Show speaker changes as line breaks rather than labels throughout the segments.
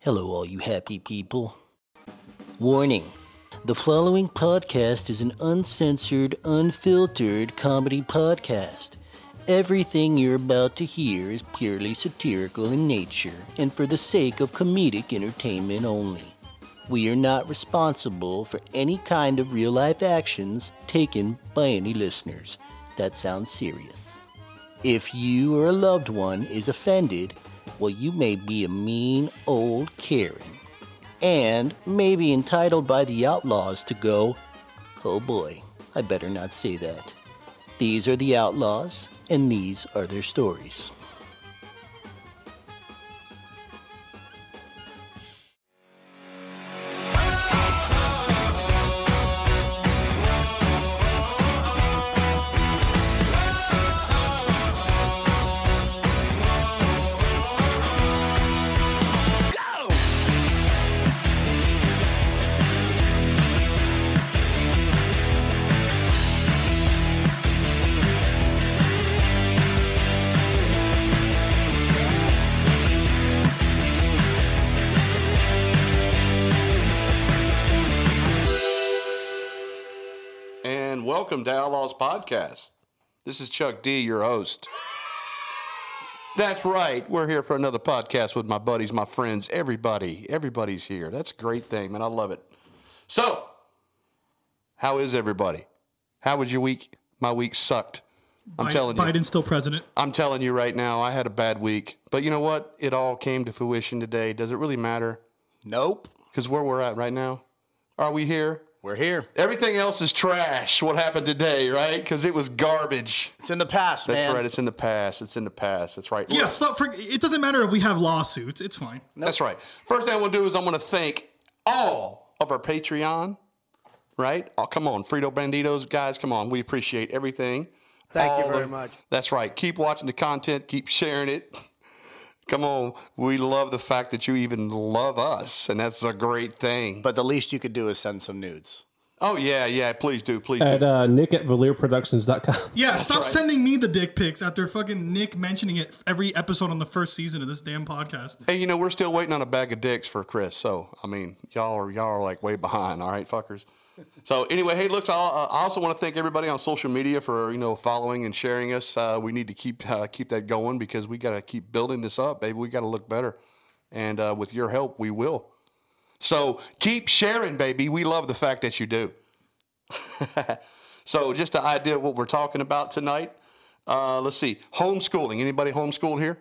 Hello, all you happy people. Warning The following podcast is an uncensored, unfiltered comedy podcast. Everything you're about to hear is purely satirical in nature and for the sake of comedic entertainment only. We are not responsible for any kind of real life actions taken by any listeners. That sounds serious. If you or a loved one is offended, well, you may be a mean old Karen and may be entitled by the outlaws to go, oh boy, I better not say that. These are the outlaws, and these are their stories.
And welcome to Outlaws Podcast. This is Chuck D, your host. That's right. We're here for another podcast with my buddies, my friends, everybody. Everybody's here. That's a great thing, man. I love it. So, how is everybody? How was your week? My week sucked. I'm
Biden-
telling you.
Biden's still president.
I'm telling you right now, I had a bad week. But you know what? It all came to fruition today. Does it really matter?
Nope.
Because where we're at right now, are we here?
We're here.
Everything else is trash. What happened today, right? Because it was garbage.
It's in the past,
That's
man.
right. It's in the past. It's in the past. That's right.
Yeah, fu- for, it doesn't matter if we have lawsuits. It's fine.
That's right. First thing I want to do is I'm going to thank all of our Patreon, right? Oh, come on, Frito Banditos, guys, come on. We appreciate everything.
Thank
All
you very
the-
much.
That's right. Keep watching the content, keep sharing it. Come on. We love the fact that you even love us, and that's a great thing. But
But the least you could do is send some nudes.
oh yeah, yeah, please do, please
at
do.
uh, nick at valerproductions.com.
Yeah, stop sending me the dick pics after fucking Nick mentioning it every episode on the first season of this damn podcast.
Hey, you know, we're still waiting on a bag of dicks for Chris. So, I mean, y'all are y'all are like way behind. All right, fuckers. So anyway, hey, look, I, I also want to thank everybody on social media for you know following and sharing us. Uh, we need to keep uh, keep that going because we got to keep building this up, baby. We got to look better, and uh, with your help, we will. So keep sharing, baby. We love the fact that you do. so just the idea of what we're talking about tonight. Uh, let's see, homeschooling. Anybody homeschooled here?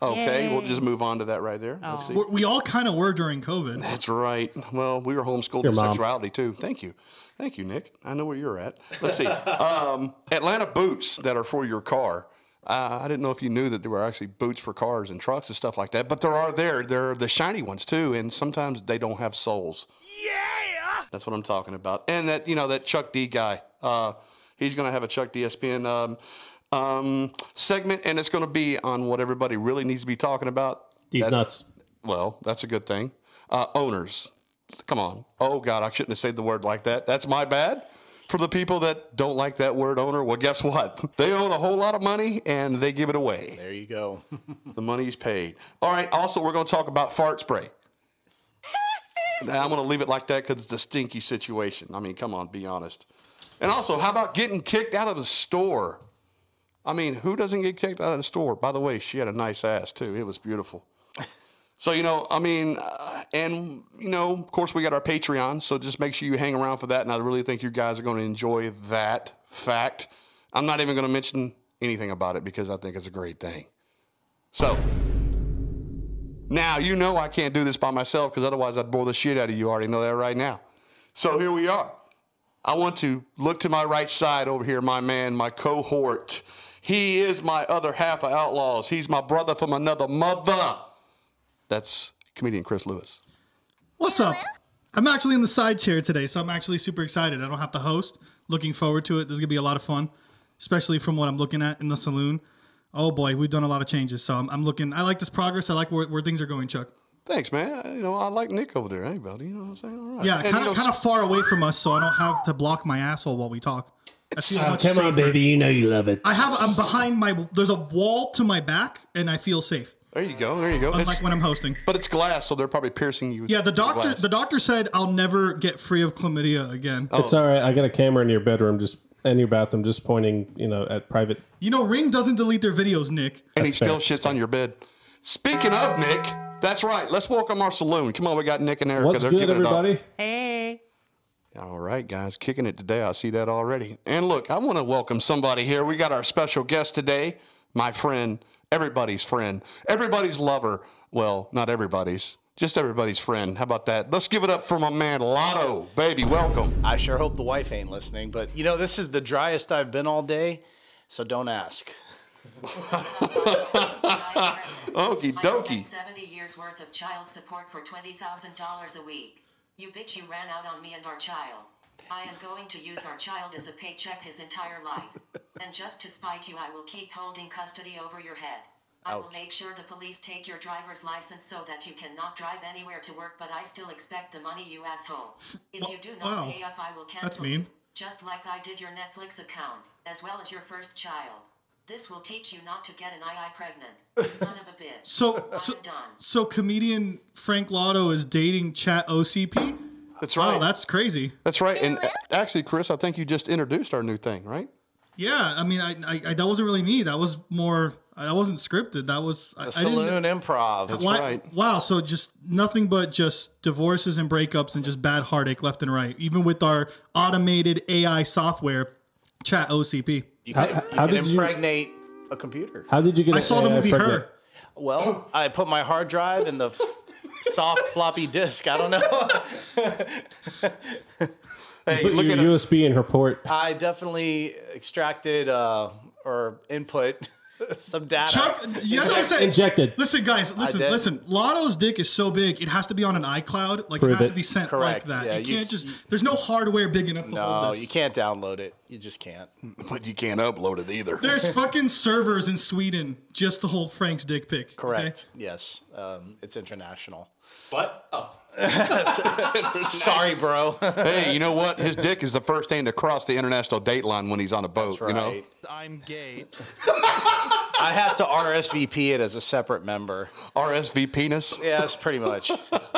Okay, we'll just move on to that right there. Let's see.
We're, we all kind of were during COVID.
That's right. Well, we were homeschooled for
mom.
sexuality too. Thank you. Thank you, Nick. I know where you're at. Let's see. Um, Atlanta boots that are for your car. Uh, I didn't know if you knew that there were actually boots for cars and trucks and stuff like that, but there are there. There are the shiny ones too, and sometimes they don't have soles. Yeah. That's what I'm talking about. And that you know that Chuck D guy. Uh, he's gonna have a Chuck D ESPN um, um, segment, and it's gonna be on what everybody really needs to be talking about.
These nuts.
Well, that's a good thing. Uh, owners, come on. Oh God, I shouldn't have said the word like that. That's my bad. For the people that don't like that word owner, well, guess what? They own a whole lot of money and they give it away.
There you go.
The money's paid. All right. Also, we're going to talk about fart spray. Now, I'm going to leave it like that because it's a stinky situation. I mean, come on, be honest. And also, how about getting kicked out of the store? I mean, who doesn't get kicked out of the store? By the way, she had a nice ass too. It was beautiful. So you know, I mean, uh, and you know, of course, we got our Patreon. So just make sure you hang around for that. And I really think you guys are going to enjoy that fact. I'm not even going to mention anything about it because I think it's a great thing. So now you know I can't do this by myself because otherwise I'd bore the shit out of you. I already know that right now. So here we are. I want to look to my right side over here, my man, my cohort. He is my other half of Outlaws. He's my brother from another mother. That's comedian Chris Lewis.
What's up? I'm actually in the side chair today, so I'm actually super excited. I don't have to host. Looking forward to it. This is gonna be a lot of fun, especially from what I'm looking at in the saloon. Oh boy, we've done a lot of changes, so I'm, I'm looking. I like this progress. I like where, where things are going, Chuck.
Thanks, man. You know, I like Nick over there. Hey, buddy. You know what I'm saying? All right.
Yeah,
And, you
kind
know,
of kind of far away from us, so I don't have to block my asshole while we talk. I feel much safer.
baby. You know you love it.
I have. I'm behind my. There's a wall to my back, and I feel safe.
There you go. There you go.
unlike
It's-
when I'm hosting.
but it's glass, so they're probably piercing you. with
Yeah, the doctor
glass.
the doctor said I'll never get free of chlamydia again.
Oh.
It's all right. I got a camera in your bedroom, just and your bathroom, just pointing, you know, at private.
You know, Ring doesn't delete their videos, Nick.
and he
That's
still
fair.
shits on your bed. Speaking of Nick, that's right. Let's welcome our saloon. Come on, we got Nick and Erica.
What's good,
giving it up.
everybody?
All right, guys, kicking it today. I see that already. And look, I want to welcome somebody here. We got our special guest today, my friend, everybody's friend, everybody's lover. Well, not everybody's, just everybody's friend. How about that? Let's give it up for my man Lotto, baby. Welcome.
I sure hope the wife ain't listening, but you know, this is the driest I've been all day, so don't ask.
Okie
I spent
dokie.
70 years worth of child support for $20,000 a week. You bitch, you ran out on me and our child. I am going to use our child as a paycheck his entire life. and just to spite you, I will keep holding custody over your head. I will make sure the police take your driver's license so that you cannot drive anywhere to work, but I still expect the money, you asshole. If you do not
Wow.
pay up, I will cancel.
That's mean.
Just like I did your Netflix account, as well as your first child. This will teach you not to get an I pregnant. Son of a bitch.
So, so,
I'm done.
so comedian Frank Lotto is dating Chat OCP.
Oh,
That's
Wow,
right.
that's crazy.
that's right. And uh, actually, Chris, I think you just introduced our new thing, right?
Yeah, I mean, I, I, I that wasn't really me. That was more. That wasn't scripted. That was I,
The
I didn't.
saloon improv.
Why-
right.
Wow. So just nothing but just divorces and breakups and just bad heartache left and right. Even with our automated AI software, Chat OCP.
You
How-
can, you
how
can
did you-
impregnate a computer.
How did you get?
I saw the movie Her.
Well, I put my hard drive in the soft floppy disk. I don't know.
Hey,
Put
look
your
at it.
USB in her port.
I definitely extracted uh, or input some data.
Chuck, you guys understand?
Injected.
Listen, guys, listen,
did.
listen. Lotto's dick is so big, it has to be on an iCloud. Like, it
Prove
has
it.
to be sent
Correct.
like that.
Yeah,
you,
you-
can't just, there's no hardware big enough to
no,
hold this. Mm,
you can't download it. You just can't.
But you can't upload it either.
There's fucking servers in Sweden just to hold Frank's dick pic. okay?
Correct. Yes. Um, it's international.
What? Oh.
Sorry, bro.
hey, you know what? His dick is the first thing to cross the international date line when he's on a boat. You know,
Right.
I'm gay.
I have to RSVP it as a separate member.
RSV penis.
Yes, pretty much.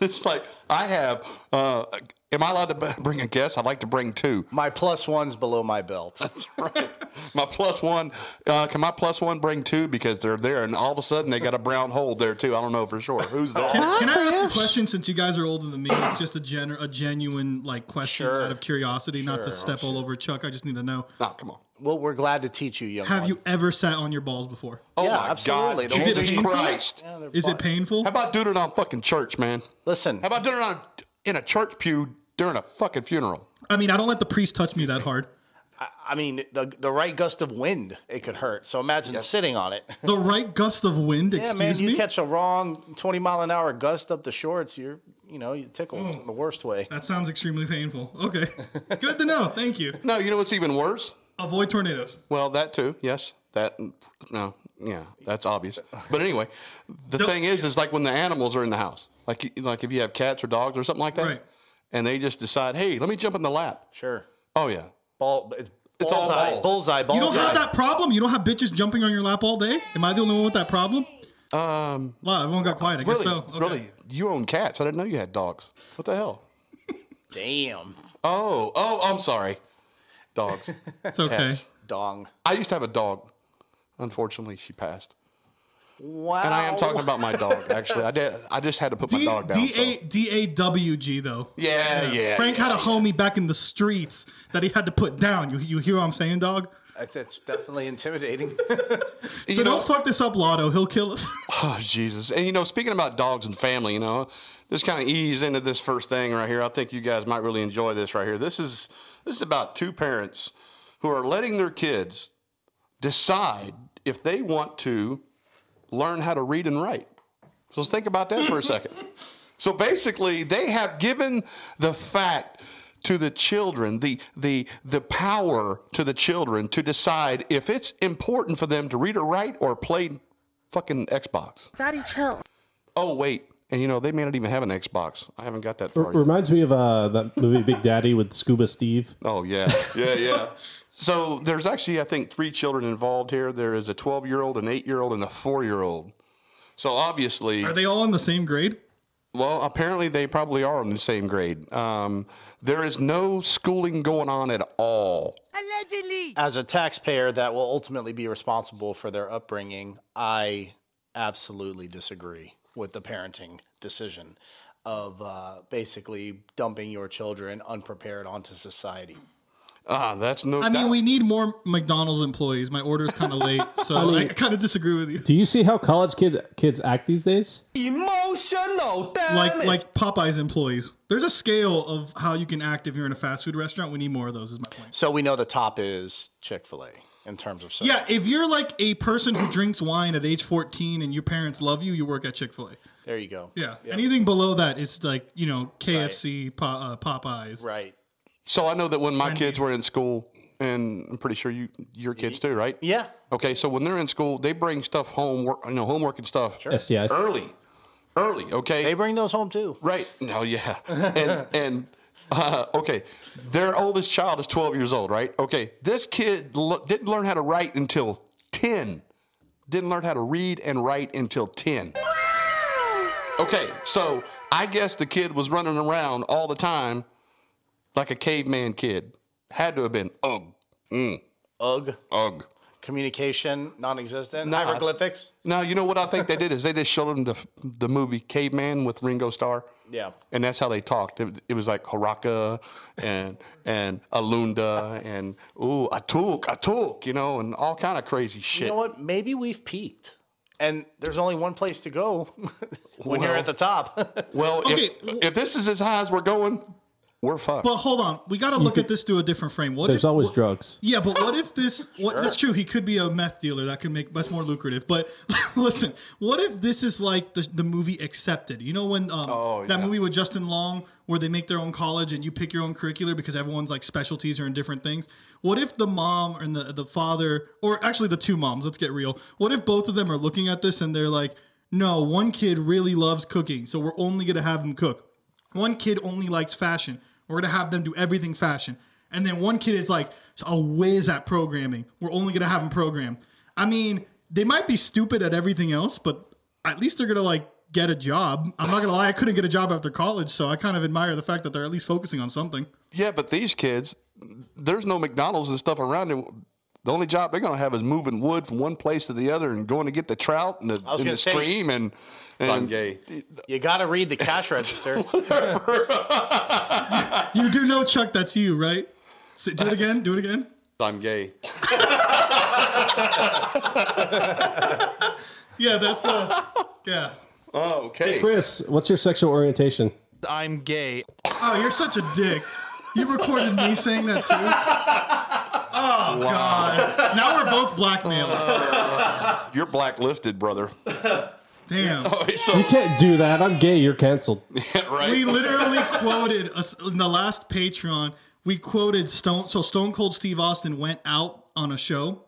It's like I have. Uh, am I allowed to b- bring a guest? I'd like to bring two.
My plus one's below my belt.
My plus one. Uh, can my plus one bring two because they're there, and all of a sudden they got a brown hole there too. I don't know for sure who's
Can,
that.
can I ask a question since you guys are older than me? It's just a, gen- a genuine like question
Sure.
out of curiosity, not to step all over Chuck. I just need to know.
oh, come on.
Well, we're glad to teach you, young
Have
one.
you ever sat on your balls before?
Oh
Yeah,
my
absolutely.
God,
Is it
Jesus
painful?
Christ! How
Is it painful?
How about doing it on fucking church, man?
Listen,
How about doing it on in a church pew during a fucking funeral?
I mean, I don't let the priest touch me that hard.
I mean, the the right gust of wind, it could hurt. So imagine sitting on it.
The right gust of wind,
Yeah,
excuse
man, you
me.
catch a wrong twenty mile an hour gust up the shorts, you're you know you tickled
Mm.
the worst way.
that sounds extremely painful. Okay. Good to know. Thank you.
No, you know what's even worse?
Avoid tornadoes.
Well, that too. Yes, that. No, yeah, that's obvious. But anyway, the thing is, is like when the animals are in the house, like like if you have cats or dogs or something like that,
Right.
and they just decide, hey, let me jump in the lap.
Sure,
Oh yeah,
ball, it's
It's all
bullseye,
balls.
bullseye, bullseye.
You don't have that problem? You don't have bitches jumping on your lap all day? Am I the only one with that problem? Um Wow, everyone got quiet. I
really,
guess so. Okay.
really, you own cats? I didn't know you had dogs. What the hell?
Damn,
Oh, oh, I'm sorry, dogs.
It's okay.
Cats.
dong.
I used to have a dog. Unfortunately, she passed,
Wow.
and I am talking about my dog. Actually, I did. I just had to put my
D
dog down. so-
A D A W G though.
Yeah, yeah.
Frank had a homie back in the streets that he had to put down. You you hear what I'm saying, dog?
It's, it's definitely intimidating.
So don't fuck this up, Lotto. He'll kill us.
Oh, Jesus. And, you know, speaking about dogs and family, you know, just kind of ease into this first thing right here. I think you guys might really enjoy this right here. This is this is about two parents who are letting their kids decide if they want to learn how to read and write. So let's think about that for a second. So basically, they have given the fact to the children, the the the power to the children to decide if it's important for them to read or write or play fucking Xbox.
Daddy, chill.
Oh wait, And you know, they may not even have an Xbox. I haven't got that
R-
far. yet.
reminds me of uh, that movie Big Daddy with Scuba Steve.
Oh yeah, yeah, yeah. so there's actually, I think, three children involved here. There is a 12 year old, an eight year old, and a four year old. So obviously,
Are they all in the same grade?
well, apparently they probably are in the same grade. Um, there is no schooling going on at all.
As a taxpayer that will ultimately be responsible for their upbringing, I absolutely disagree with the parenting decision of uh, basically dumping your children unprepared onto society.
Ah, that's no.
I mean,
that-
we need more McDonald's employees. My order's kind of late, so I, kind of disagree with you.
Do you see how college kids kids act these days?
Like like Popeye's employees. There's a scale of how you can act if you're in a fast food restaurant. We need more of those. Is my point.
So we know the top is Chick fil A in terms of service.
Yeah, if you're like a person who drinks wine at age 14 and your parents love you, you work at Chick Fil A.
There you go.
Yeah. Anything below that is like you know KFC, po- uh, Popeyes.
Right.
so I know that when my kids were in school, and I'm pretty sure you your kids too, right?
Yeah.
Okay, so when they're in school, they bring stuff home, work, you know, homework and stuff
STIs.
early, early. Okay,
They bring those home too.
Right. No, yeah. And and uh, okay, their oldest child is 12 years old, right? Okay. This kid lo- didn't learn how to write until 10. Didn't learn how to read and write until 10. Okay. So, I guess the kid was running around all the time like a caveman kid. Had to have been ugh, mm,
Ugh.
ugh.
Communication non existent.
Nah, I-
Hieroglyphics.
Now, you know what I think they did is they just showed them the, the movie Caveman with Ringo Starr.
Yeah.
and that's how they talked. It, it was like Haraka and and Alunda and ooh Atuk Atuk, you know, and all kind of crazy shit.
You know what? Maybe we've peaked. And there's only one place to go when you're
Well-
at the top.
Well, if,
Okay.
if this is as high as we're going, we're fucked.
But hold on, we got to look at this through a different frame. What
There's
if,
always drugs.
Yeah, but what if this? What that's true. He could be a meth dealer. That could make that's more lucrative. But listen, what if this is like the, the movie Accepted? You know when um, that movie with Justin Long, where they make their own college and you pick your own curricular because everyone's like specialties are in different things. What if the mom and the the father, or actually the two moms? Let's get real. What if both of them are looking at this and they're like, "No, one kid really loves cooking, so we're only gonna have them cook." One kid only likes fashion. We're gonna have them do everything fashion. And then one kid is like a whiz at programming. We're only gonna have them program. I mean, they might be stupid at everything else, but at least they're gonna like get a job. I'm not gonna lie, I couldn't get a job after college, so I kind of admire the fact that they're at least focusing on something.
yeah, but these kids, there's no McDonald's and stuff around them. The only job they're gonna have is moving wood from one place to the other and going to get the trout and the,
was
in
gonna
the
say-
stream and, and
you got to read the cash register.
You do know, Chuck, that's you, right? Say- Do it again. Do it again.
I'm gay.
Yeah, that's uh, yeah.
Oh, okay.
Chris, what's your sexual orientation?
I'm gay.
Oh, you're such a dick. You recorded me saying that too. Oh God! Now we're both blackmailed.
You're blacklisted, brother.
Damn.
so
You can't do that. I'm gay. You're canceled.
right.
We literally quoted us in the last Patreon. We quoted Stone. So Stone Cold Steve Austin went out on a show,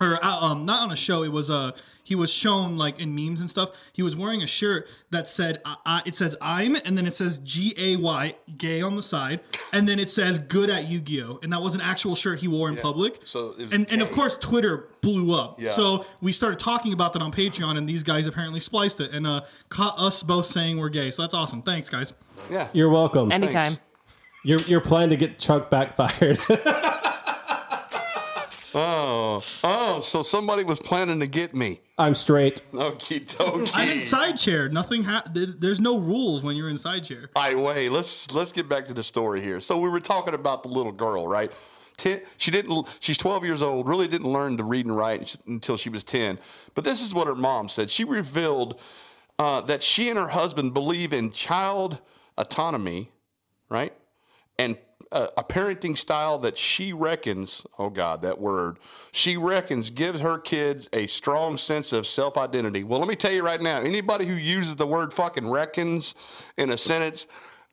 or uh, um, not on a show. It was uh, he was shown like in memes and stuff. He was wearing a shirt that said I, I, it says I'm, and then it says G A Y gay on the side, and then it says good at Yu Gi Oh, and that was an actual shirt he wore in public.
So it was
and and of
gay.
course Twitter blew up.
Yeah.
So we started talking about that on Patreon, and these guys apparently spliced it and uh, caught us both saying we're gay. So that's awesome. Thanks, guys.
yeah.
You're welcome.
Anytime.
Your your plan to get Chuck backfired.
Oh, oh, so somebody was planning to get me.
I'm straight.
Okie dokie.
I'm in side chair. Nothing. Ha- th- there's no rules when you're in side chair.
All right, wait. Let's let's get back to the story here. So we were talking about the little girl, right? Ten, she didn't. She's 12 years old. Really didn't learn to read and write until she was 10. But this is what her mom said. She revealed uh, that she and her husband believe in child autonomy, right? And uh, a parenting style that she reckons, oh God, that word, she reckons gives her kids a strong sense of self identity. Well, let me tell you right now anybody who uses the word fucking reckons in a sentence,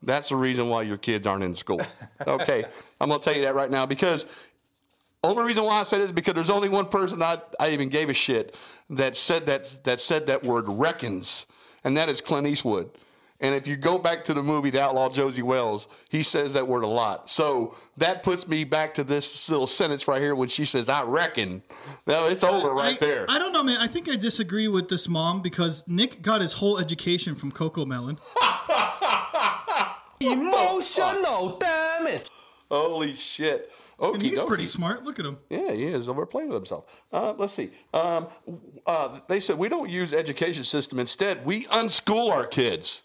that's the reason why your kids aren't in school. Okay, I'm gonna tell you that right now because only reason why I said it is because there's only one person I, I even gave a shit that said that that said that word reckons, and that is Clint Eastwood. And if you go back to the movie The Outlaw Josie Wells, he says that word a lot. So that puts me back to this little sentence right here when she says, I reckon. Now it's over right
I,
there.
I don't know, man. I think I disagree with this mom because Nick got his whole education from Coco Melon.
Emotional damage.
Holy shit. Okay,
And he's pretty smart. Look at him.
Yeah, he is overplaying with himself. Uh, let's see. Um, uh, they said we don't use education system. Instead, we unschool our kids.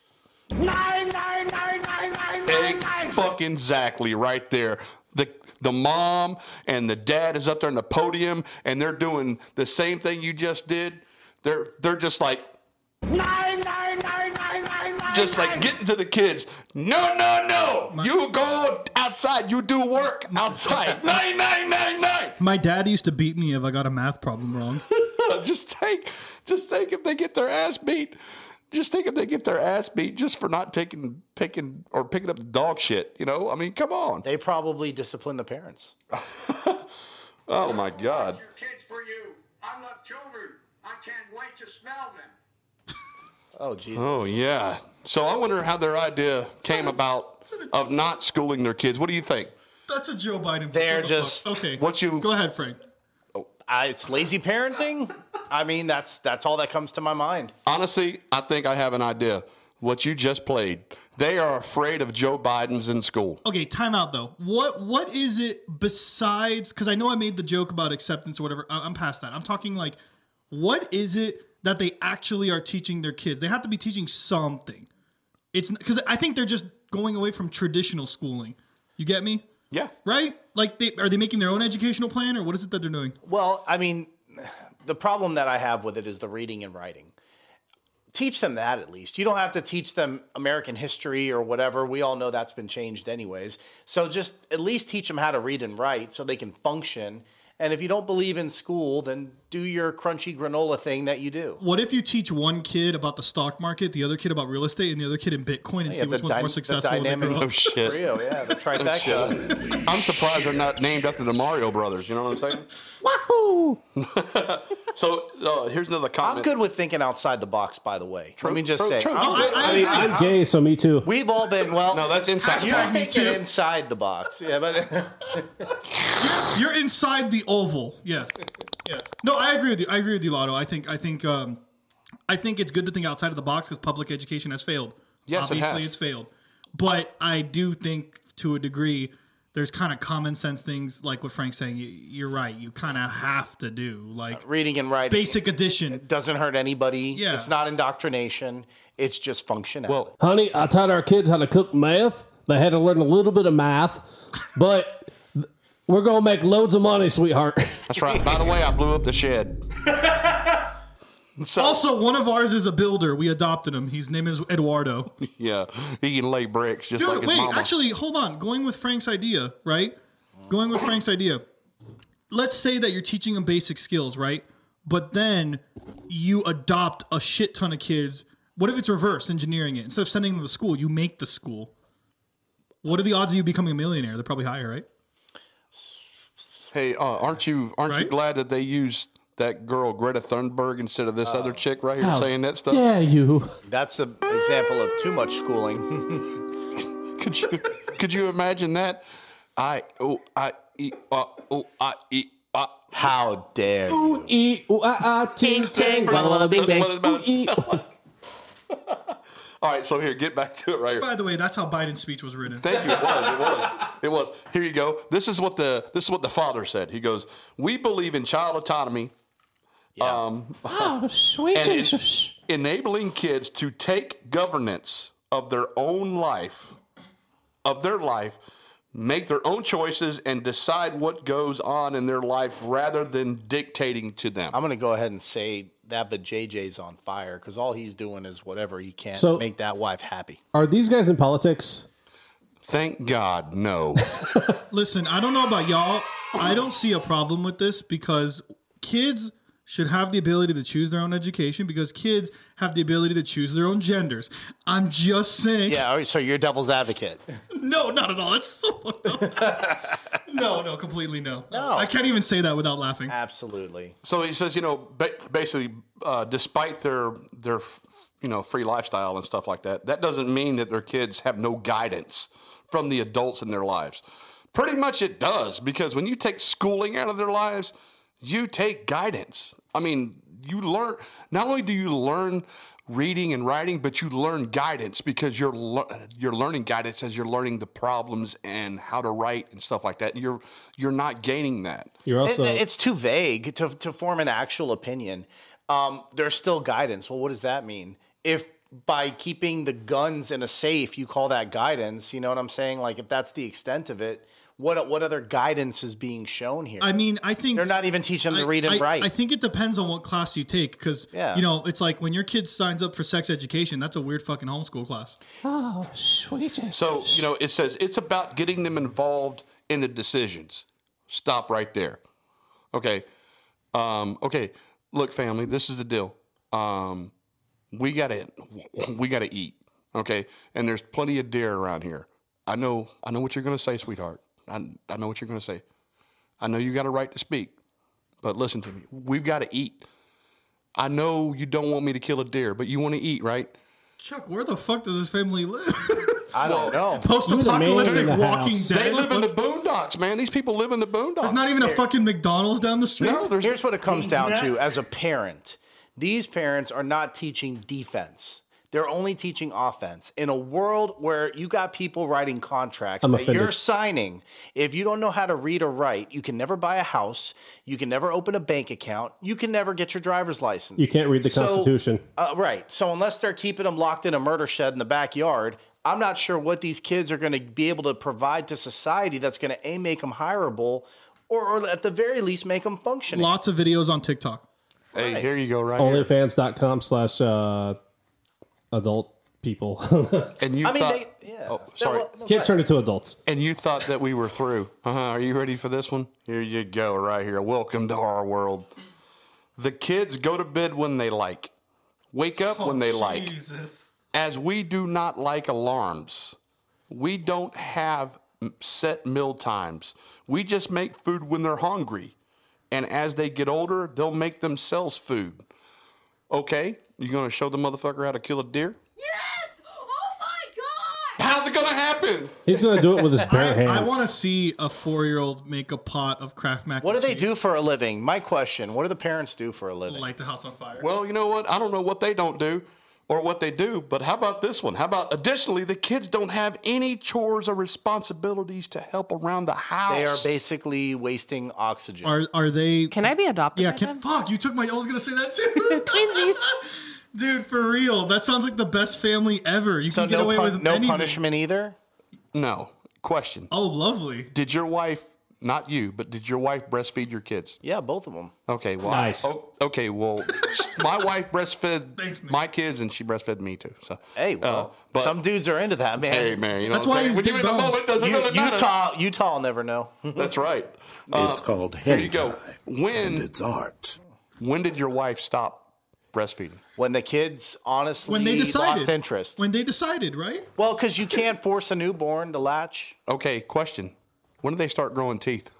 Fucking exactly right there. The the mom and the dad is up there on the podium and they're doing the same thing you just did. They're they're just like just like getting to the kids. No, no, no. you go outside. You do work outside. nine, nine, nine, nine.
My dad used to beat me if I got a math problem wrong.
just think, just think if they get their ass beat. Just think if they get their ass beat just for not taking taking or picking up the dog shit. You know, I mean, come on.
They probably discipline the parents.
Oh my god.
your kids for you. I love children. I can't wait to smell them.
Oh, Jesus.
Oh yeah. So I wonder how their idea came about of not schooling their kids. What do you think?
That's a Joe Biden.
They're
Shut the fuck.
just-
okay.
What you-
go ahead, Frank.
I, it's lazy parenting. I mean, that's that's all that comes to my mind.
Honestly, I think I have an idea. What you just played. They are afraid of Joe Biden's in school.
Okay, time out though. What what is it besides? Because I know I made the joke about acceptance or whatever. I, I'm past that. I'm talking like, what is it that they actually are teaching their kids? They have to be teaching something. It's because I think they're just going away from traditional schooling. You get me?
Yeah.
Right? Like, they are they making their own educational plan or what is it that they're doing?
Well, I mean, the problem that I have with it is the reading and writing. Teach them that at least. You don't have to teach them American history or whatever. We all know that's been changed anyways. So just at least teach them how to read and write so they can function. And if you don't believe in school, then do your crunchy granola thing that you do.
What if you teach one kid about the stock market, the other kid about real estate, and the other kid in Bitcoin, and see
the
which one's
dy- the
more successful? when they
dynamic-
grow
Oh
up?
shit.
Rio, yeah, the trifecta.
I'm surprised they're not named after the Mario Brothers. You know what I'm saying? Wahoo! so uh, here's another comment.
I'm good with thinking outside the box, by the way. Let me just
true,
say,
true,
I'm
true.
good- I mean,
I'm gay, so me too.
we've all been, well,
No, that's inside the
you're
box.
thinking inside the box. Yeah, but.
You're inside the oval. Yes. Yes. No, I agree with you. I agree with you, Lotto. I think I think um, I think it's good to think outside of the box because public education has failed.
Yes, it
obviously
has.
it's failed. But I do think to a degree there's kind of common sense things like what Frank's saying. You, you're right. You kind of have to do
Uh,
like
reading and writing
basic addition.
doesn't hurt anybody.
Yeah.
It's not indoctrination. It's just functionality. Well,
Honey, I taught our kids how to cook math. They had to learn a little bit of math, but th- we're going to make loads of money, sweetheart.
That's right. By the way, I blew up the shed. so
Also, one of ours is a builder. We adopted him. His name is Eduardo.
yeah, he can lay bricks just like his
Dude, wait,
mama.
actually, hold on. Going with Frank's idea, right? Going with Frank's idea. Let's say that you're teaching them basic skills, right? But then you adopt a shit ton of kids. What if it's reverse engineering it? Instead of sending them to school, you make the school. What are the odds of you becoming a millionaire? They're probably higher, right?
hey, uh, aren't you aren't you
Right?
glad that they used that girl Greta Thunberg instead of this other chick right here saying that stuff?
Dare you?
that's an example of too much schooling.
Could you could you imagine that? I oh I e uh, oh I e uh.
How dare you?
E, ooh, ah, ah, ting, tang, walla, walla, bing, bang. Ooh, ee, ooh.
All right, so here, get back to it right here.
By the way, that's how Biden's speech was written.
Thank you. It was. It was. It was. Here you go. This is what the this is what the father said. He goes, "We believe in child autonomy,
Oh, sweet
And it-
Jesus.
enabling kids to take governance of their own life, of their life, make their own choices, and decide what goes on in their life rather than dictating to them."
I'm going to go ahead and say that the JJ's on fire because all he's doing is whatever he can
So-
to make that wife happy.
Are these guys in politics?
Thank God, no.
Listen, I don't know about y'all. I don't see a problem with this because kids should have the ability to choose their own education because kids have the ability to choose their own genders. I'm just saying.
Yeah, all right, so you're devil's advocate.
No, not at all. That's so No, no, completely no. No. I can't even say that without laughing.
Absolutely.
so he says, you know, ba- basically, uh, despite uh, their their you know, free lifestyle and stuff like that, that doesn't mean that their kids have no guidance from the adults in their lives. Pretty much it does, because when you take schooling out of their lives, you take guidance. I mean, you learn, not only do you learn reading and writing, but you learn guidance because you're, lear- you're learning guidance as you're learning the problems and how to write and stuff like that. You're, you're not gaining that.
You're
It-
also
it's too vague to, to form an actual opinion. Um, there's still guidance. Well, what does that mean? If by keeping the guns in a safe, you call that guidance, you know what I'm saying? Like, if that's the extent of it, what what other guidance is being shown here?
I mean, I think
They're not even teaching them to read and
I,
write.
I think it depends on what class you take because,
Yeah.
you know, it's like when your kid signs up for sex education, that's a weird fucking homeschool class.
Oh, sweet.
So, you know, it says it's about getting them involved in the decisions. Stop right there. Okay. Um, okay. Look, family, this is the deal. Um, we gotta we gotta eat. Okay. And there's plenty of deer around here. I know I know what you're gonna say, sweetheart. I, I know what you're gonna say. I know you got a right to speak, but listen to me. We've gotta eat. I know you don't want me to kill a deer, but you wanna eat, right?
Chuck, where the fuck does this family live?
I don't know.
Post
You're
apocalyptic
the man in the
walking
house.
dead.
They live in the
What-
boondocks, man. These people live in the boondocks.
There's not even a fucking McDonald's down the street.
No, there's
Here's what it comes down to as a parent. These parents are not teaching defense. They're only teaching offense. In a world where you got people writing contracts that
offended.
you're signing, if you don't know how to read or write, you can never buy a house, you can never open a bank account, you can never get your driver's license.
you can't read the
So-
Constitution.
Uh, right. So unless they're keeping them locked in a murder shed in the backyard, I'm not sure what these kids are going to be able to provide to society that's going to a make them hireable, or, or at the very least make them functioning.
Lots of videos on TikTok.
Hey, here you go, right here.
Onlyfans.com slash uh, adult people.
And you
I mean,
thought,
they, yeah.
oh, sorry.
Kids turn into adults.
and you thought that we were through. Uh-huh. Are you ready for this one? Here you go, right here. Welcome to our world. The kids go to bed when they like, wake up when
Oh,
they like.
Jesus.
As we do not like alarms, we don't have m- set meal times. We just make food when they're hungry. And as they get older, they'll make themselves food. Okay, you gonna show the motherfucker how to kill a deer?
Yes! Oh my god!
How's it gonna happen?
He's going to do it with his bare
I,
hands.
want to see a four year old make a pot of Kraft mac.
What do
and
they
cheese.
do for a living? My question: What do the parents do for a living?
Light the house on fire.
Well, you know what? I don't know what they don't do or what they do, but how about this one? How about additionally, the kids don't have any chores or responsibilities to help around the house?
they are basically wasting oxygen.
Are are they?
Can I be adopted?
yeah.
by
Can,
them?
fuck. You took my. I was gonna say that too.
Twinsies.
Dude, for real, that sounds like the best family ever. You
so
can get
no,
away
pun-
with
no
anything.
punishment either.
no. Question
Oh, lovely.
Did your wife, not you, but did your wife breastfeed your kids?
Yeah, both of them.
Okay, well,
Nice.
oh, okay, well, my wife breastfed
Thanks, Nick.
my kids and she breastfed me too. So, Uh,
Hey, well,
Oh, but-
some dudes are into that, man.
hey, man, you know
That's
what
why
I'm
he's
saying? When you're
big
in the
boned.
moment, doesn't
You-
really matter.
Utah, Utah will never know.
That's right. Uh,
it's called
Here you go.
hentai, and
When
it's art.
when did your wife stop breastfeeding?
when the kids honestly
When they decided.
lost interest.
When they decided, right?
Well, because you can't force a newborn to latch.
Okay, question. When do they start growing teeth?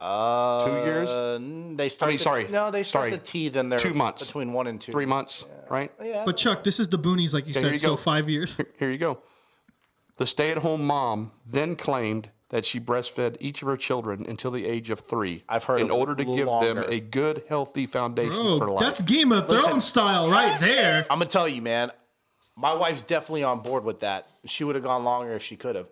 Uh, two years,
Uh, they start.
I mean,
the-
sorry.
No, they start
Sorry.
the teeth in their
Two months.
between one and two.
three months, right?
Oh,
But Chuck, this is the boonies, like you
here
said.
you
so
go.
five years.
Here you go. The stay-at-home mom then claimed that she breastfed each of her children until the age of three.
I've heard
in
of
order to give
longer.
them a good, healthy foundation for
Oh,
life.
that's Game of Thrones style right there.
I'm gonna tell you, man. My wife's definitely on board with that. She would have gone longer if she could have.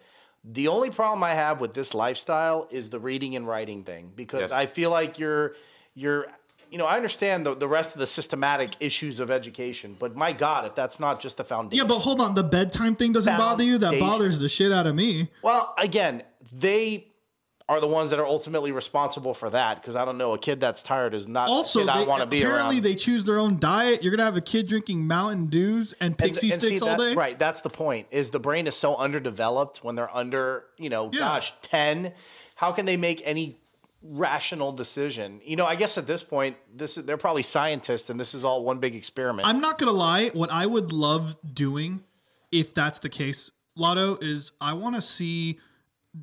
The only problem I have with this lifestyle is the reading and writing thing because I feel like you're you're you know I understand the, the rest of the systematic issues of education, but my God, if that's not just the
Yeah,
foundation.
but hold on. The bedtime thing doesn't bother you. That
Foundation.
bothers the shit out of me.
Well, again, they are the ones that are ultimately responsible for that because I don't know a kid that's tired is not
Also,
did
they,
not want to be
apparently
around.
they choose their own diet. You're gonna have a kid drinking Mountain Dews and
And-
pixie
and see
sticks all
that-
day.
Right, that's the point. Is the brain is so underdeveloped when they're under, you know,
Yeah.
gosh, 10, how can they make any rational decision? You know, I guess at this point, this is they're probably scientists and this is all one big experiment.
I'm not gonna lie. What I would love doing, if that's the case, Lotto, is I want to see.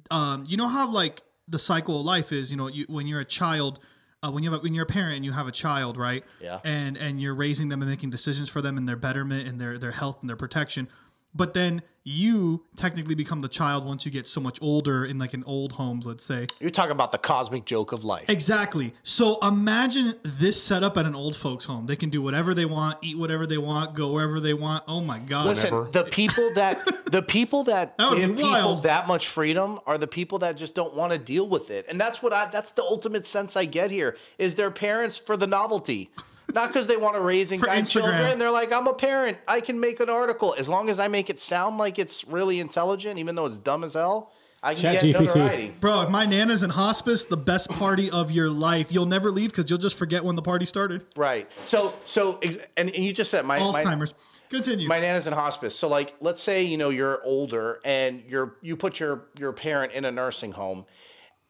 Um, you know how like the cycle of life is. You know, you, when you're a child, uh, when you have a, when you're a parent and you have a child, right?
Yeah.
And and you're raising them and making decisions for them and their betterment and their their health and their protection. But then you technically become the child once you get so much older in like an old homes, let's say.
You're talking about the cosmic joke of life.
Exactly. So imagine this setup at an old folks home. They can do whatever they want, eat whatever they want, go wherever they want. Oh my god.
Listen,
Never.
the people that the people that,
That would
give
be
people
wild.
that much freedom are the people that just don't want to deal with it, and that's what I that's the ultimate sense I get here is their parents for the novelty, not because they want to raise and
For
guide
Instagram.
children. They're like, I'm a parent, I can make an article as long as I make it sound like it's really intelligent, even though it's dumb as hell. I can get
ChatGPT.
notoriety.
Bro, if my nana's in hospice, the best party of your life. You'll never leave because you'll just forget when the party started.
Right. So so ex- and, and you just said my my,
Alzheimer's. Continue.
my nana's in hospice. So like let's say you know you're older and you're you put your your parent in a nursing home.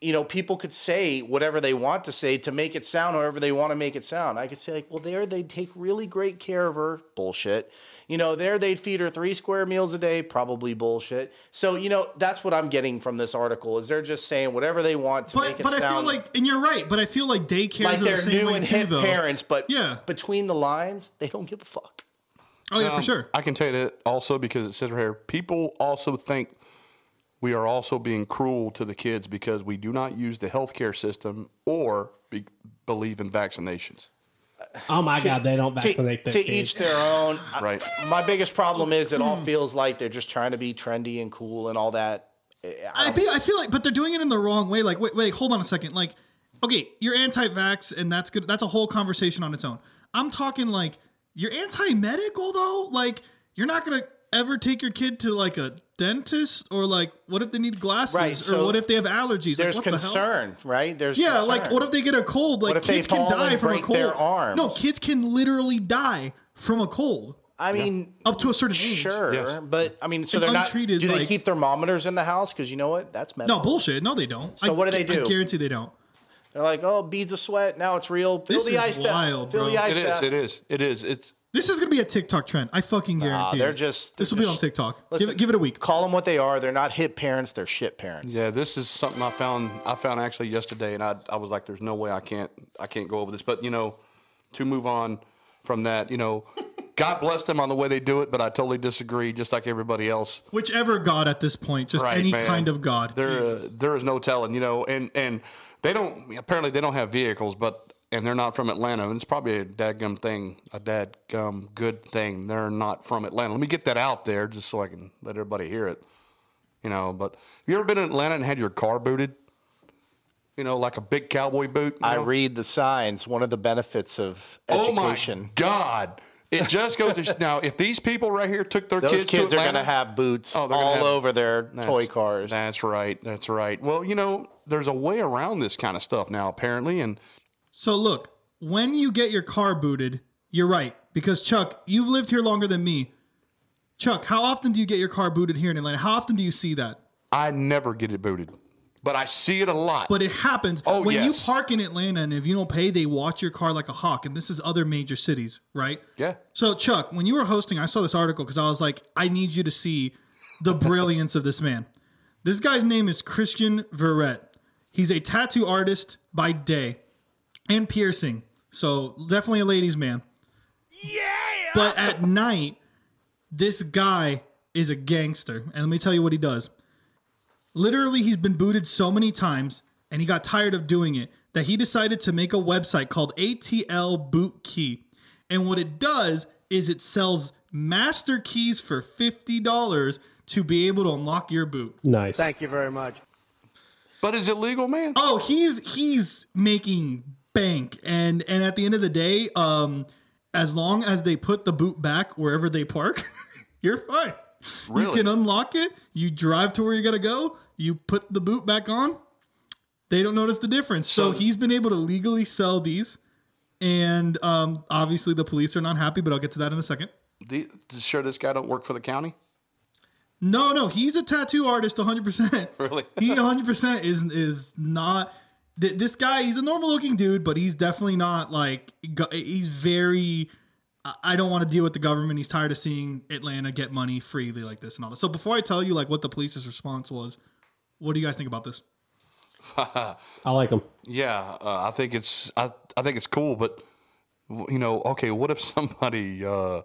You know, people could say whatever they want to say to make it sound however they want to make it sound. I could say like, well, there they take really great care of her. Bullshit. You know, there they'd feed her three square meals a day. Probably bullshit. So you know, that's what I'm getting from this article is they're just saying whatever they want to make
but
it
but I
sound.
feel like, and you're right, but I feel like daycares
like
are the
they're
same
new
way
and
too,
hip
though.
parents, but
Yeah.
between the lines, they don't give a fuck.
Oh
Um,
yeah, for sure.
Um, I can tell you that also because it says right here, people also think we are also being cruel to the kids because we do not use the healthcare system or be, believe in vaccinations.
Oh my god, they don't
to,
vaccinate their
to
kids.
each their own.
Right.
I- my biggest problem is it all feels like they're just trying to be trendy and cool and all that.
I,
Um,
be, I feel like, but they're doing it in the wrong way. Like, wait, wait, hold on a second. Like, okay, you're anti-vax, and that's good. That's a whole conversation on its own. I'm talking like you're anti-medical though. Like, you're not gonna ever take your kid to like a dentist, or like, what if they need glasses,
Right,
or
so
what if they have allergies?
There's
like, what The hell?
concern, right? There's
Yeah,
concern.
like what if they get a cold? Like
What if they
kids can
fall
die
and
from a
break
cold.
their arms?
No, kids can literally die from a cold
I mean,
up to a certain age.
sure,
Yes.
but I mean, so
And
they're not. Do
untreated,
they
like-
keep thermometers in the house? Because you know what? That's
No
medical.
bullshit. No, they don't.
So what do they
gu-
do?
I guarantee they don't.
They're like, oh, beads of sweat. Now it's real. Feel
This
the
is
ice bath.
wild,
Feel the
bro.
ice
It is.
bath.
It is. It is. It's
This is gonna be a TikTok trend. I fucking guarantee.
they're
it.
just-
This will
they're
be on
just-
TikTok.
Listen,
give it. Give it a week.
Call them what they are. They're not hip parents. They're shit parents.
yeah. This is something I found. I found actually yesterday, and I I was like, "There's no way I can't I can't go over this." But you know, to move on from that, you know, God bless them on the way they do it, but I totally disagree. Just like everybody else,
Whichever god at this point, just
Right,
any
man.
kind of god.
there uh, there is no telling you know and and they don't apparently they don't have vehicles but and they're not from Atlanta and it's probably a dadgum thing a dadgum good thing they're not from Atlanta let me get that out there just so I can let everybody hear it you know but have you ever been in Atlanta and had your car booted you know like a big cowboy boot you
I
know?
read the signs. One of the benefits of education.
oh my god it just goes to sh- now if these people right here took their
Those
kids,
kids,
to
are
Atlanta,
going to have boots
Oh,
all
they're gonna have-
over their toy
That's-
cars.
That's right. That's right. Well, you know, there's a way around this kind of stuff now, apparently. And
So look, when you get your car booted, you're right because Chuck, you've lived here longer than me. Chuck, how often do you get your car booted here in Atlanta? How often do you see that?
I never get it booted, but I see it a lot.
But it happens
Oh,
when
yes.
you park in Atlanta, and if you don't pay, they watch your car like a hawk. And this is other major cities, right?
yeah.
So, Chuck, when you were hosting, I saw this article because I was like, I need you to see the brilliance of this man. This guy's name is Christian Verret. He's a tattoo artist by day and piercing. So, definitely a ladies' man. Yeah. But at night, this guy is a gangster. And let me tell you what he does. Literally, he's been booted so many times and he got tired of doing it that he decided to make a website called ATL Boot Key. And what it does is it sells master keys for $50 to be able to unlock your boot.
nice.
you very much.
But is it legal, man?
Oh, he's he's making bank and and at the end of the day, um as long as they put the boot back wherever they park, you're fine.
Really?
You can unlock it, you drive to where you got to go, you put the boot back on. They don't notice the difference. So, he's been able to legally sell these and um obviously the police are not happy, but I'll get to that in a second.
The, sure, this guy don't work for the county.
No, no, he's a tattoo artist 100%.
Really?
he 100% is is not th- this guy, he's a normal looking dude, but he's definitely not like go- he's very I- I don't want to deal with the government. He's tired of seeing Atlanta get money freely like this and all that. So before I tell you like what the police's response was, what do you guys think about this?
I like them.
Yeah, uh, I think it's I, I think it's cool, but w- you know, okay, what if somebody uh,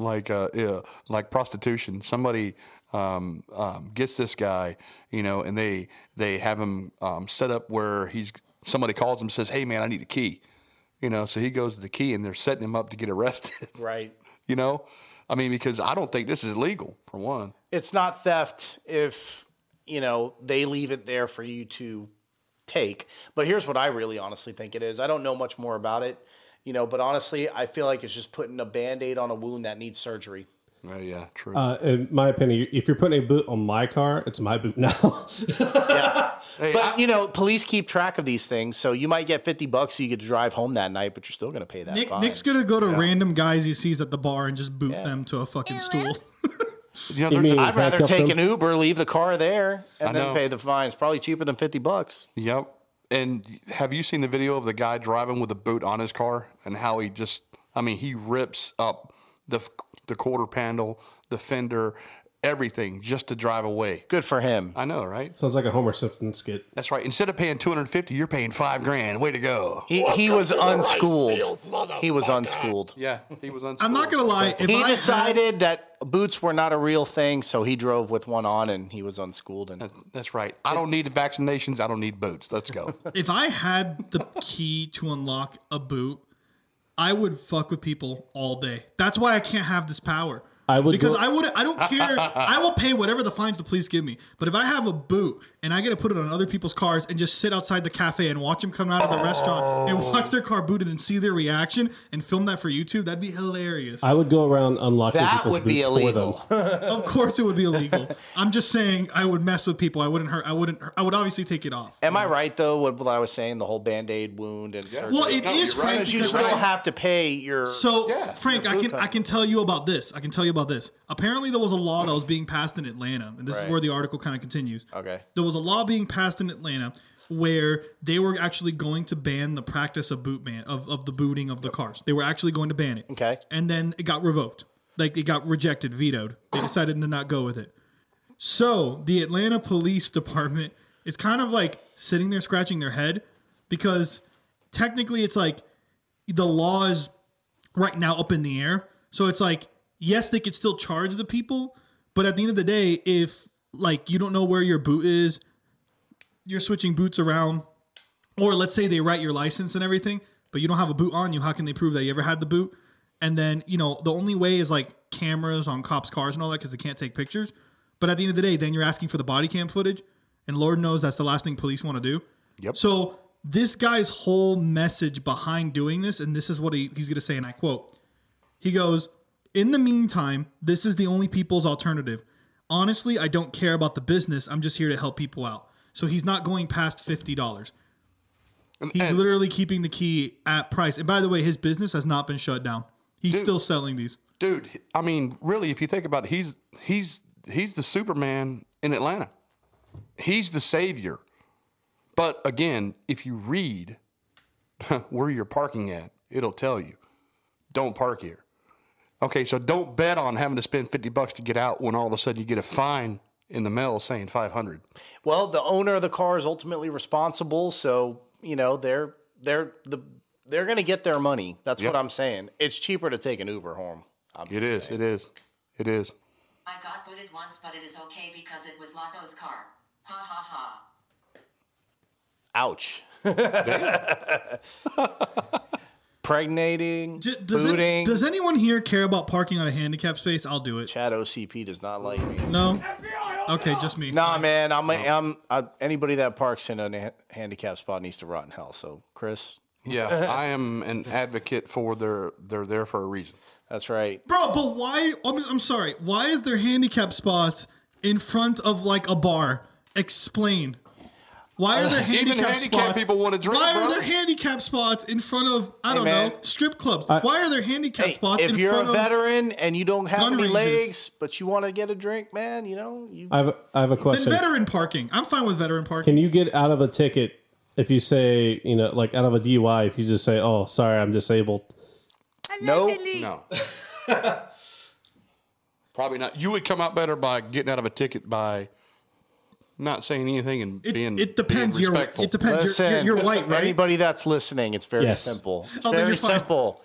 like uh, yeah, like prostitution, somebody um, um, gets this guy, you know, and they they have him um, set up where he's somebody calls him and says, "Hey, man, I need a key," you know, so he goes to the key and they're setting him up to get arrested,
Right.
you know. I mean, because I don't think this is legal for one.
It's not theft if, you know, they leave it there for you to take. But here's what I really honestly think it is. I don't know much more about it, you know, but honestly, I feel like it's just putting a band aid on a wound that needs surgery.
Uh, yeah, true.
Uh, in my opinion, if you're putting a boot on my car, it's my boot now.
But you know, police keep track of these things, so you might get fifty bucks you get to drive home that night, but you're still gonna pay that
Nick,
fine.
Nick's gonna go to random guys he sees at the bar and just boot them to a fucking stool.
you know,
You
there's
mean
a-
I'd rather
handcuff
take
them?
an Uber, leave the car there, and
I
then
know.
pay the fine. It's probably cheaper than fifty bucks.
Yep. And have you seen the video of the guy driving with a boot on his car and how he just, I mean, he rips up the f- the quarter panel, the fender, everything just to drive away.
Good for him.
I know, right?
Sounds like a Homer Simpson skit.
That's right. Instead of paying 250, you're paying 5 grand. Way to go.
He, he was unschooled. He was unschooled.
yeah, he was unschooled.
I'm not gonna lie. If
He
I had,
decided that boots were not a real thing, so he drove with one on and he was unschooled. And
That's right. I don't need vaccinations. I don't need boots. Let's go.
if I had the key to unlock a boot, I would fuck with people all day. That's why I can't have this power.
I would
because
go-
I would I don't care. I will pay whatever the fines the police give me. But if I have a boot and I get to put it on other people's cars and just sit outside the cafe and watch them come out of the restaurant and watch their car booted and see their reaction and film that for YouTube, that'd be hilarious.
I would go around unlocking
That
people's
would
boots
be illegal.
for them.
of course, it would be illegal. I'm just saying I would mess with people. I wouldn't hurt. I wouldn't. I would obviously take it off.
am I right though? What, what I was saying, the whole band aid wound and surgery.
Well, it is
No, you're right.
Frank.
Because you
because
still
I-
have to pay your.
So
Yeah,
Frank, I can I can tell you about this. I can tell you about this. Apparently, there was a law that was being passed in Atlanta, and this
Right.
is where the article kind of continues.
Okay.
There was a law being passed in Atlanta where they were actually going to ban the practice of boot man of, of the booting of the cars. They were actually going to ban it.
Okay.
And then it got revoked. Like it got rejected, vetoed. They decided to not go with it. So the Atlanta Police Department is kind of like sitting there scratching their head because technically it's like the law is right now up in the air. So it's like, yes, they could still charge the people, but at the end of the day, if like you don't know where your boot is, you're switching boots around, or let's say they write your license and everything, but you don't have a boot on you, how can they prove that you ever had the boot? And then, you know, the only way is like cameras on cops' cars and all that because they can't take pictures. But at the end of the day, then you're asking for the body cam footage, and Lord knows that's the last thing police want to do. Yep. So this guy's whole message behind doing this, and this is what he, he's going to say, and I quote, he goes, In the meantime, this is the only people's alternative. Honestly, I don't care about the business. I'm just here to help people out. So he's not going past $50. He's
and-
literally keeping the key at price. And by the way, his business has not been shut down. He's still selling these.
Dude, I mean, really, if you think about it, he's he's he's the Superman in Atlanta. He's the savior. But again, if you read where you're parking at, it'll tell you. Don't park here. Okay, so don't bet on having to spend 50 bucks to get out when all of a sudden you get a fine in the mail saying 500.
Well, the owner of the car is ultimately responsible, so you know they're they're the they're gonna get their money. That's
Yep.
what I'm saying. It's cheaper to take an Uber home. I'm
It is, it is. It is.
I got booted once, but it is okay because it was Lotto's car. Ha ha ha.
Ouch. Pregnating,
D- Does, it-
booting.
does anyone here care about parking on a handicap space? I'll do it.
Chad OCP does not like me.
No? Okay, just me.
Nah, man. I'm, I'm, i anybody that parks in a na- handicap spot needs to rot in hell. So, Chris,
Yeah, I am an advocate for their they're there for a reason.
that's right.
Bro, but why? I'm, I'm sorry. Why is there handicap spots in front of like a bar? Explain. Why are there handicap
handicapped
spots?
people wanna drink,
Why are
bro.
there handicap spots in front of I don't
man.
know strip clubs? why are there handicap
Hey,
spots
if
in
you're a
front of?
veteran and you don't have
gun
any
ranges?
legs, but you want to get a drink, man, you know, you
I have, I have a
Then
question.
veteran parking. I'm fine with veteran parking.
Can you get out of a ticket if you say, you know, like out of a DUI if you just say, oh, sorry, I'm disabled?
no.
No. Probably not. You would come out better by getting out of a ticket by not saying anything and
It,
being
it depends.
being
You're,
respectful.
it depends. You're, you're, you're white, right?
Anybody that's listening, it's very
Yes.
simple. It's
Oh, then
very
you're fine.
simple.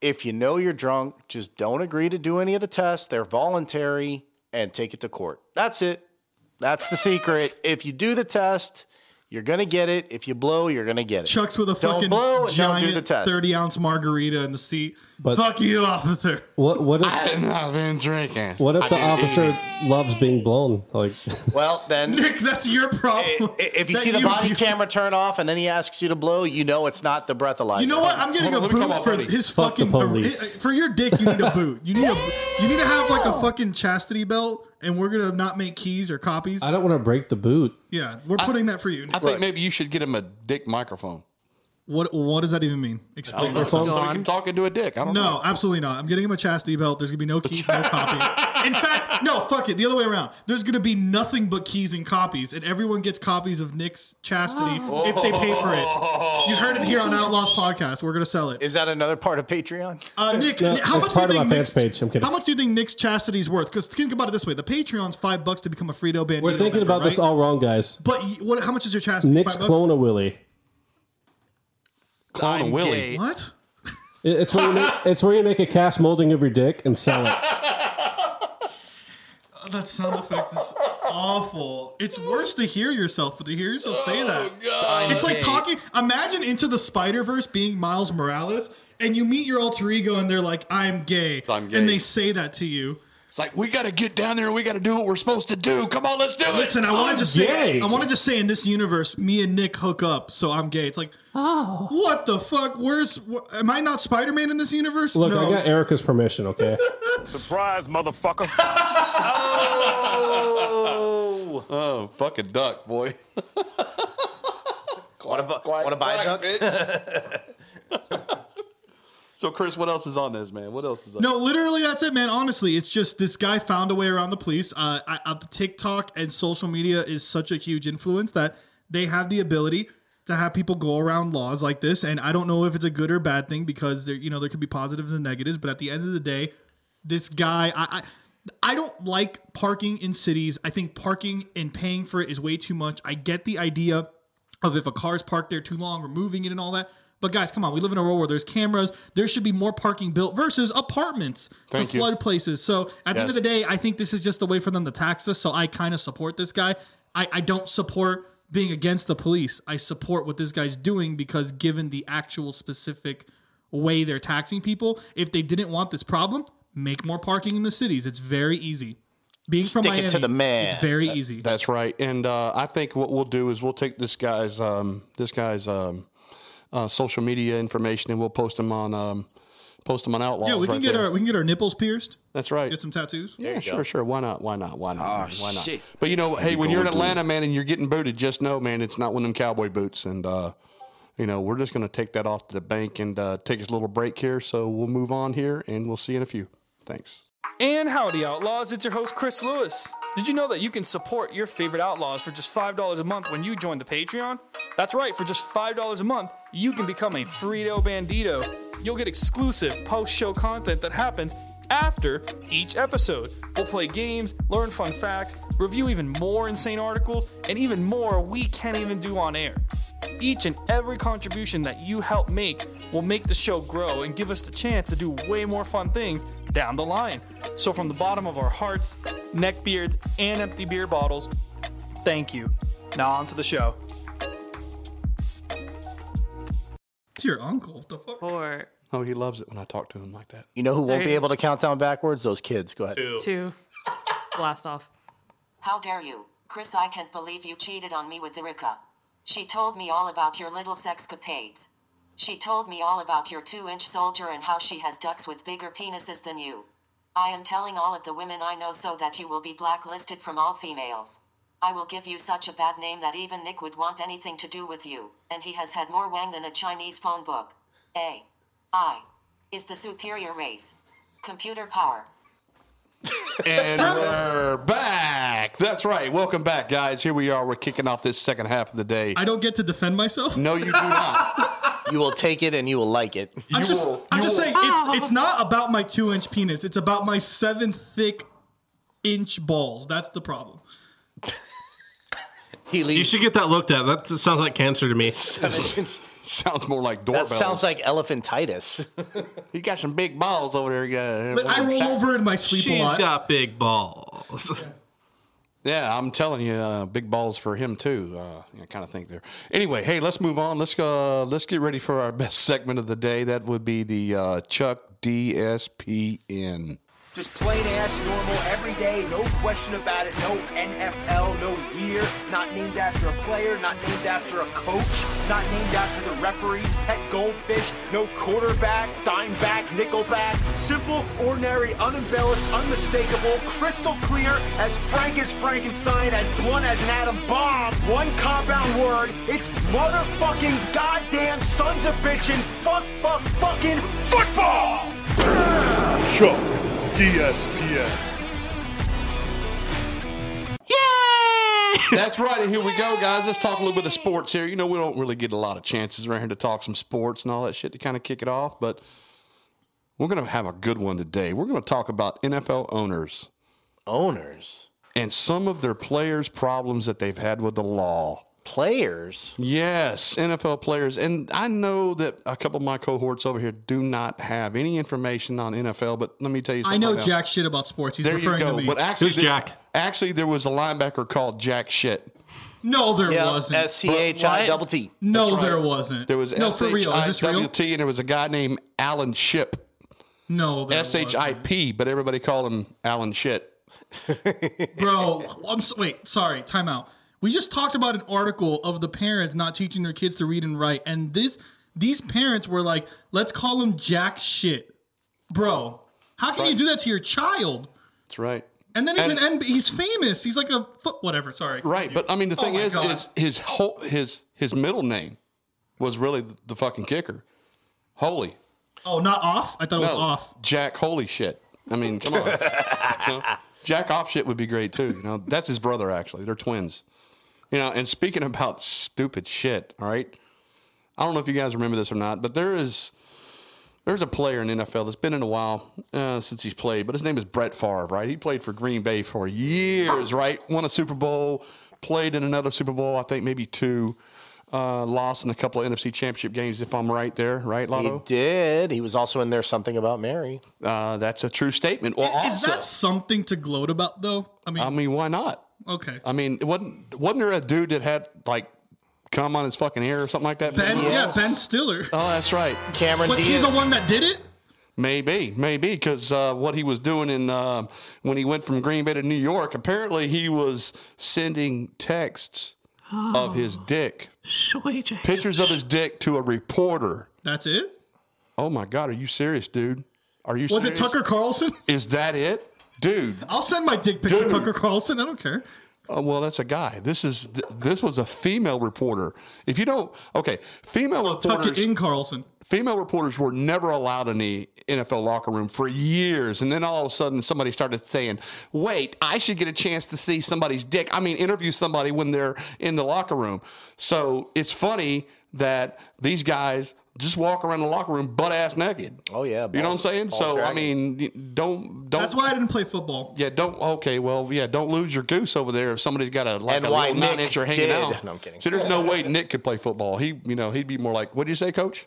If you know you're drunk, just don't agree to do any of the tests. They're voluntary and take it to court. That's it. That's the secret. If you do the test, you're gonna get it. If you blow, you're gonna get it.
Chucks with a
Don't
fucking
blow and don't do the
giant
test.
thirty ounce margarita in the seat.
But-
Fuck you, officer.
What what if
I've not been drinking.
what if the
I didn't eat.
officer loves being blown? Like
Well, then
Nick, that's your
i-
problem.
i- if you
That
see the body
do-
camera turn off and then he asks you to blow, you know it's not the breathalyzer.
You know what? I'm getting
Hold on, let
a
me come
boot
up
for
ready.
his
Fuck the
fucking
police.
for your dick. You need a boot. You need a you need to have like a fucking chastity belt, and we're gonna not make keys or copies.
I don't want to break the boot.
Yeah, we're putting that for you. Nick.
I think maybe you should get him a dick microphone.
what what does that even mean? Explain.
Oh,
that.
So he can talk into a dick. I don't know.
No, absolutely not. I'm getting him a chastity belt. There's gonna be no keys, no copies. In fact, no, fuck it. The other way around. There's gonna be nothing but keys and copies, and everyone gets copies of Nick's chastity
Oh.
if they pay for it. You heard it here on Outlaws Podcast. We're gonna sell it.
Is that another part of Patreon?
Uh, Nick, how
it's
much
part
do
of
you
my
think
fans
Nick's,
page. I'm kidding.
How much do you think Nick's chastity's worth? Because think about it this way: the Patreon's five bucks to become a Frito Bandito.
We're thinking
member,
about this
right?
all wrong, guys.
But y- what? How much is your chastity?
Nick's
Five bucks?
clone a Willie.
Clone a Willie.
What?
It- It's where you make, it's where you make a cast molding of your dick and sell it.
Oh, that sound effect is awful. Oh, It's worse to hear yourself, but to hear yourself say that. It's like talking. Imagine Into the Spider Verse being Miles Morales, and you meet your alter ego, and they're like, I'm gay.
I'm gay.
And they say that to you.
It's like we got to get down there. and We got to do what we're supposed to do. Come on, let's do it.
Listen, I want to just
gay.
say, I want to just say in this universe, me and Nick hook up, so I'm gay. It's like, oh, what the fuck? Where's, wh- am I not Spider Man in this universe?
Look,
no.
I got Erica's permission. Okay,
Surprise, motherfucker.
Oh, oh, fucking duck, boy.
Want to want to buy a duck?
bitch. so, Chris, what else is on this, man? What else is on?
No, literally, that's it, man. Honestly, it's just this guy found a way around the police. Uh, I, I, TikTok and social media is such a huge influence that they have the ability to have people go around laws like this. And I don't know if it's a good or bad thing because there, you know, there could be positives and negatives. But at the end of the day, this guy, I. I I don't like parking in cities. I think parking and paying for it is way too much. I get the idea of if a car's parked there too long, removing it and all that. But guys, come on, we live in a world where there's cameras. There should be more parking built versus apartments
Thank
to
you.
flood places. So at the end
Yes.
of the day, I think this is just a way for them to tax us. So I kind of support this guy. I, I don't support being against the police. I support what this guy's doing because given the actual specific way they're taxing people, if they didn't want this problem, make more parking in the cities. It's very easy. Being from
Stick it
Miami,
to the man.
It's very easy.
That's right. And uh, I think what we'll do is we'll take this guy's um, this guy's um, uh, social media information and we'll post him on um, post him on Outlaws.
yeah, we can
right
get
there.
our we can get our nipples pierced.
That's right.
Get some tattoos.
yeah, sure, sure. Why not? Why not? Why not?
Ah,
Why not?
shit.
But you know, hey, when you're in Atlanta, man, and you're getting booted, just know, man, it's not one of them cowboy boots. And uh, you know, we're just gonna take that off to the bank and uh, take us a little break here. So we'll move on here, and we'll see you in a few. Thanks.
And howdy, Outlaws. It's your host, Chris Lewis. Did you know that you can support your favorite Outlaws for just $5 a month when you join the Patreon? That's right, for just $5 a month, you can become a Frito Bandito. You'll get exclusive post show content that happens after each episode. We'll play games, learn fun facts, review even more insane articles, and even more we can't even do on air. Each and every contribution that you help make will make the show grow and give us the chance to do way more fun things down the line. So, from the bottom of our hearts, neck beards, and empty beer bottles, thank you. Now, on to the show.
It's your uncle. What the fuck?
Four,
Oh, he loves it when I talk to him like that.
You know who won't be
Thirty.
able to count down backwards? Those kids. Go ahead.
two, blast off.
How dare you, Chris? I can't believe you cheated on me with Erica. She told me all about your little sexcapades. She told me all about your two inch soldier and how she has ducks with bigger penises than you. I am telling all of the women I know so that you will be blacklisted from all females. I will give you such a bad name that even Nick would want anything to do with you, and he has had more wang than a Chinese phone book. A. I. Is the superior race. Computer power.
And we're back. That's right. Welcome back, guys. Here we are. We're kicking off this second half of the day.
I don't get to defend myself.
No, you do not.
You will take it and you will like it.
I'm
You
just,
will-
I'm
you
just
will-
saying, it's
Oh.
it's not about my two inch penis. It's about my seven thick inch balls. That's the problem.
He leaves.
You should get that looked at. That sounds like cancer to me.
sounds more like
That
doorbells.
sounds like elephantitis.
you got some big balls over there. You got,
But I roll over in my sleep a
She's
lot.
got big balls.
Yeah, I'm telling you, uh, big balls for him too. Uh, I kind of think there. Anyway, hey, let's move on. Let's uh, let's get ready for our best segment of the day. That would be the uh, Chuck DSPN.
Just plain ass, normal, everyday, no question about it, no NFL, no year, not named after a player, not named after a coach, not named after the referees, pet goldfish, no quarterback, dime back, nickel back. Simple, ordinary, unembellished, unmistakable, crystal clear, as frank as Frankenstein, as blunt as an atom bomb. One compound word, it's motherfucking goddamn sons of bitchin' fuck, fuck, fucking football!
Chuck DSPN.
That's right. And here we go, guys. Let's talk a little bit of sports here. You know, we don't really get a lot of chances around here to talk some sports and all that shit to kind of kick it off, but we're going to have a good one today. We're going to talk about NFL owners.
Owners?
And some of their players' problems that they've had with the law.
Players?
Yes, NFL players. And I know that a couple of my cohorts over here do not have any information on NFL, but let me tell you something.
I know
right now.
jack shit about sports. He's
Oh, There you
referring
go.
to me.
But actually, there- actually, there was a linebacker called Jack Shit.
no, there
Yeah,
wasn't.
S-C-H-I double T.
No,
That's right.
there wasn't.
There was
no for real. Is this real?
SHIWT, and there was a guy named Alan Ship.
No, there
S H I P, but everybody called him Alan Shit.
Bro, Oh, I'm so, wait. Sorry, time out. We just talked about an article of the parents not teaching their kids to read and write, and this these parents were like, "Let's call him Jack shit, bro." How can you do that to your child?
That's right.
And then he's
And-
an NBA, he's famous. He's like a foot, whatever. Sorry.
Right, but I mean the
Oh
thing
my
is,
God.
is his whole his his middle name was really the, the fucking kicker. Holy,
Oh, not off. I thought it was
No,
off.
Jack. Holy shit. I mean, come on. You know, Jack off shit would be great too. You know, that's his brother actually. They're twins. You know, and speaking about stupid shit, all right. I don't know if you guys remember this or not, but there is there's a player in NFL that's been in a while uh, since he's played, but his name is Brett Favre, right? He played for Green Bay for years, right? Won a Super Bowl, played in another Super Bowl, I think maybe two. Uh, lost in a couple of NFC Championship games, if I'm right there, right, Lotto?
He did. He was also in there something about Mary.
Uh, that's a true statement. Well,
Is
also,
that something to gloat about though? I mean,
I mean, why not?
okay.
I mean, it wasn't wasn't there a dude that had like cum on his fucking hair or something like that?
Ben, yeah, Ben Stiller.
Oh, that's right.
Cameron
Was he the one that did it?
Maybe, maybe, because uh, what he was doing in um when he went from Green Bay to New York, apparently he was sending texts of
Oh.
his dick, pictures of his dick to a reporter.
That's it.
Oh my God, are you serious, dude? Are you?
Was
serious?
it Tucker Carlson?
Is that it, dude?
I'll send my dick pic to Tucker Carlson. I don't care.
Oh, well, that's a guy. This is th- this was a female reporter. If you don't, okay, female
Tuck it
reporters.
in, Carlson.
Female reporters were never allowed in the NFL locker room for years, and then all of a sudden, somebody started saying, "Wait, I should get a chance to see somebody's dick." I mean, interview somebody when they're in the locker room. So it's funny that these guys just walk around the locker room butt ass naked.
Oh yeah,
you know what I'm
balls-
saying?
balls
So I
dragging.
mean, y- don't don't.
That's why I didn't play football.
Yeah, don't. Okay, well, yeah, don't lose your goose over there if somebody's got a like
And
a
why
little
Nick
nine incher hanging
did.
out.
No, I'm kidding.
So there's no way Nick could play football. He, you know, he'd be more like, what do you say, Coach?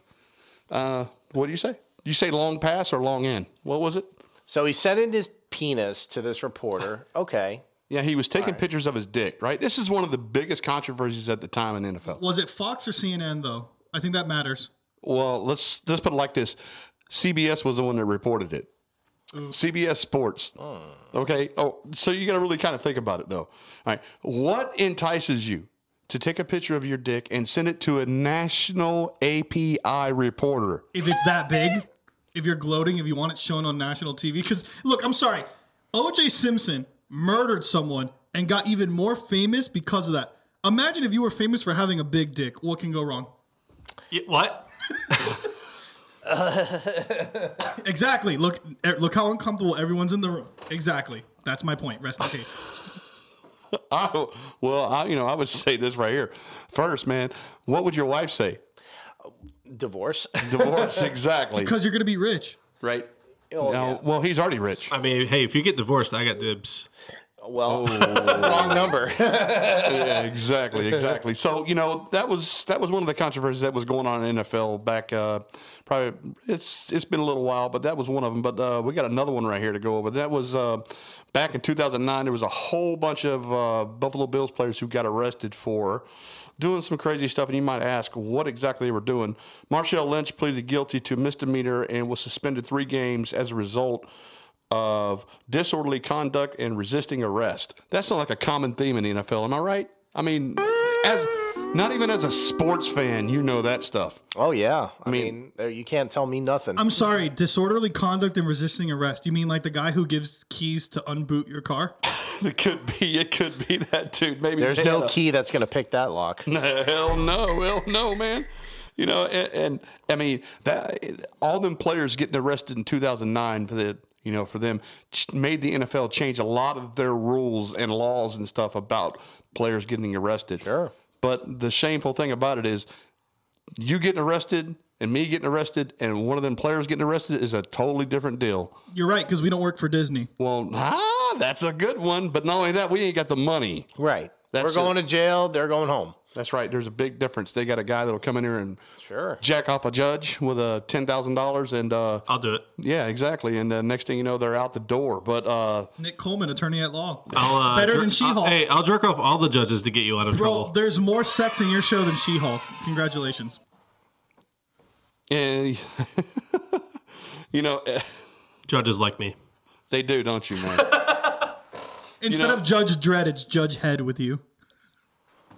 Uh, what do you say? You say long pass or long in? What was it?
So he sent in his penis to this reporter. Okay.
Yeah, he was taking pictures of his dick. Right. This is one of the biggest controversies at the time in NFL.
Was it Fox or CNN though? I think that matters.
Well, let's let's put it like this: CBS was the one that reported it. CBS Sports. Okay. Oh, so you got to really kind of think about it, though. All right. What entices you to take a picture of your dick and send it to a national API reporter?
If it's that big, if you're gloating, if you want it shown on national TV, because look, I'm sorry, O.J. Simpson murdered someone and got even more famous because of that. Imagine if you were famous for having a big dick. What can go wrong?
what?
Exactly. Look, er, look how uncomfortable everyone's in the room. Exactly. That's my point. Rest in case.
I, well, I, you know, I would say this right here. First, man, what would your wife say?
Divorce.
Divorce, exactly.
Because you're gonna be rich.
right.
Oh,
now, well, he's already rich.
I mean, hey, if you get divorced, I got dibs.
Well,
Oh.
wrong number.
yeah, exactly, exactly. So you know that was that was one of the controversies that was going on in NFL back. Uh, probably it's it's been a little while, but that was one of them. But uh, we got another one right here to go over. That was uh, back in 2009. There was a whole bunch of uh, Buffalo Bills players who got arrested for doing some crazy stuff, and you might ask what exactly they were doing. Marshall Lynch pleaded guilty to misdemeanor and was suspended three games as a result of disorderly conduct and resisting arrest. That's not like a common theme in the NFL, am I right? I mean, as not even as a sports fan, you know that stuff.
Oh yeah, I, mean, there- you can't tell me nothing.
I'm sorry, disorderly conduct and resisting arrest. You mean like the guy who gives keys to unboot your car?
it could be. It could be that dude. Maybe
There's
they
no
had a-
key that's going to pick that lock.
Hell no, hell no, man. You know, and, and I mean that all them players getting arrested in 2009 for the you know for them ch- made the NFL change a lot of their rules and laws and stuff about players getting arrested. Sure. But the shameful thing about it is you getting arrested and me getting arrested and one of them players getting arrested is a totally different deal.
You're right because we don't work for Disney.
Well, ah, that's a good one. But not only that, we ain't got the money.
Right.
That's
We're going to jail. They're going home.
That's right. There's a big difference. They got a guy that'll come in here and
Sure.
jack off a judge with a ten thousand dollars, and uh,
I'll do it.
Yeah, exactly. And uh, next thing you know, they're out the door. But uh,
Nick Coleman, attorney at law.
I'll, uh,
Better
jer-
than She-Hulk.
I'll- hey, I'll jerk off all the judges to get you out of
Bro,
trouble.
there's more sex in your show than She-Hulk. Congratulations.
eh, you know, eh,
Judges like me.
they do, don't you, man?
Instead of Judge Dredd, it's Judge Head with you.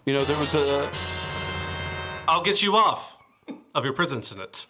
you know, there was a
I'll get you off of your prison sentence.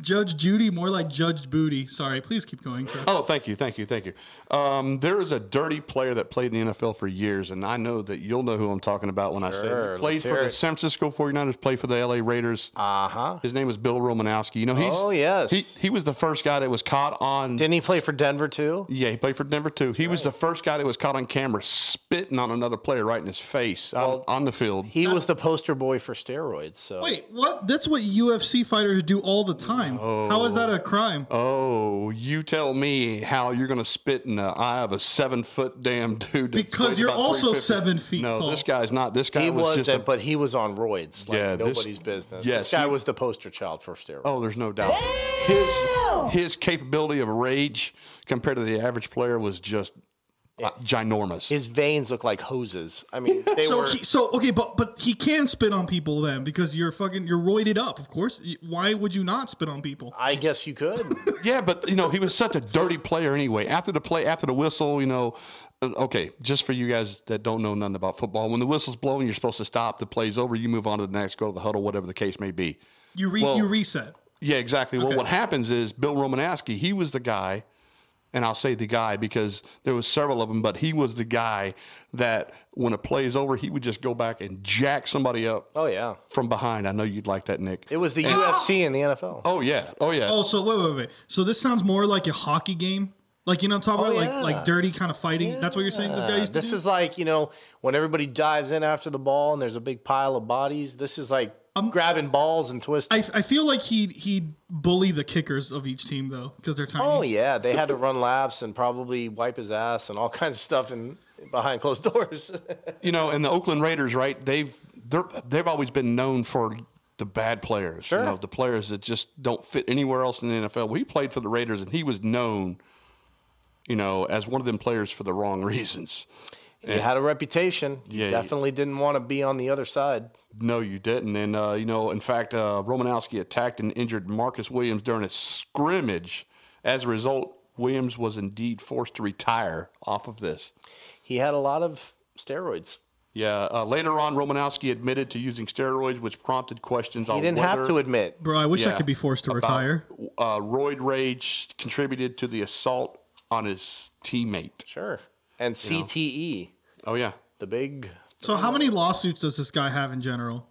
Judge Judy, more like Judge Booty. Sorry, please keep going. Chuck.
Oh, thank you, thank you, thank you. Um, there is a dirty player that played in the NFL for years, and I know that you'll know who I'm talking about when I say
Sure,
it. played
let's
for
hear
the
it.
San Francisco 49ers, played for the LA Raiders.
Uh huh.
His name is Bill Romanowski. You know, he's
Oh, yes.
he he was the first guy that was caught on.
Didn't he play for Denver too?
Yeah, he played for Denver too. He was the first guy that was caught on camera spitting on another player right in his face out on the field.
He was the poster boy for steroids. So
Wait, what? That's what UFC fighters do all the time. How is that a crime?
Oh, you tell me how you're going to spit in the eye of a seven foot damn dude. that
Because
weighs
you're
about
also
350.
seven feet
No,
tall.
this guy's not. This guy
he
was,
was,
just.
not
a,
but he was on roids. Like
Yeah, this-
nobody's business.
yes,
this guy
he-
was the poster child for steroids.
oh, there's no doubt. His his capability of rage compared to the average player was just uh, ginormous.
His veins look like hoses. I mean, they
so,
were.
he, so okay, but but he can spit on people then because you're fucking you're roided up. Of course, Y- why would you not spit on people?
I guess you could.
Yeah, but you know he was such a dirty player anyway. After the play, after the whistle, you know, uh, okay, just for you guys that don't know nothing about football, when the whistle's blowing, you're supposed to stop. The play's over. You move on to the next, go to the huddle, whatever the case may be.
You re,
Well-
you reset.
Yeah, exactly. Well, what happens is Bill Romanowski, he was the guy, and I'll say the guy because there was several of them, but he was the guy that when a play is over, he would just go back and jack somebody up
oh yeah,
from behind. I know you'd like that, Nick.
it was the
And-
UFC and the NFL.
Oh yeah, oh yeah.
Oh, so wait, wait, wait. So this sounds more like a hockey game. Like you know, what I'm talking about
Oh, yeah.
like like dirty kind of fighting. That's what you're saying. This guy
Uh,
used to
this
do?
is like you know when everybody dives in after the ball and there's a big pile of bodies. This is like
Um,
grabbing balls and twisting.
I, I feel like he he'd bully the kickers of each team though because they're tiny.
oh yeah, they had to run laps and probably wipe his ass and all kinds of stuff in behind closed doors.
you know, and the Oakland Raiders, right? They've they're they've always been known for the bad players, you know, the players that just don't fit anywhere else in the NFL. Well, he played for the Raiders, and he was known, you know, as one of them players for the wrong reasons.
You had a reputation.
Yeah,
you
yeah.
definitely didn't want to be on the other side.
No, you didn't. And, uh, you know, in fact, uh, Romanowski attacked and injured Marcus Williams during a scrimmage. As a result, Williams was indeed forced to retire off of this.
He had a lot of steroids.
Yeah. Uh, later on, Romanowski admitted to using steroids, which prompted questions
He
on
didn't
whether-
have to admit.
Bro, I wish I
Yeah.
could be forced to
About-
retire.
uh, roid rage contributed to the assault on his teammate.
Sure. And
You know?
CTE,
Oh yeah.
the big.
So how many lawsuits does this guy have in general?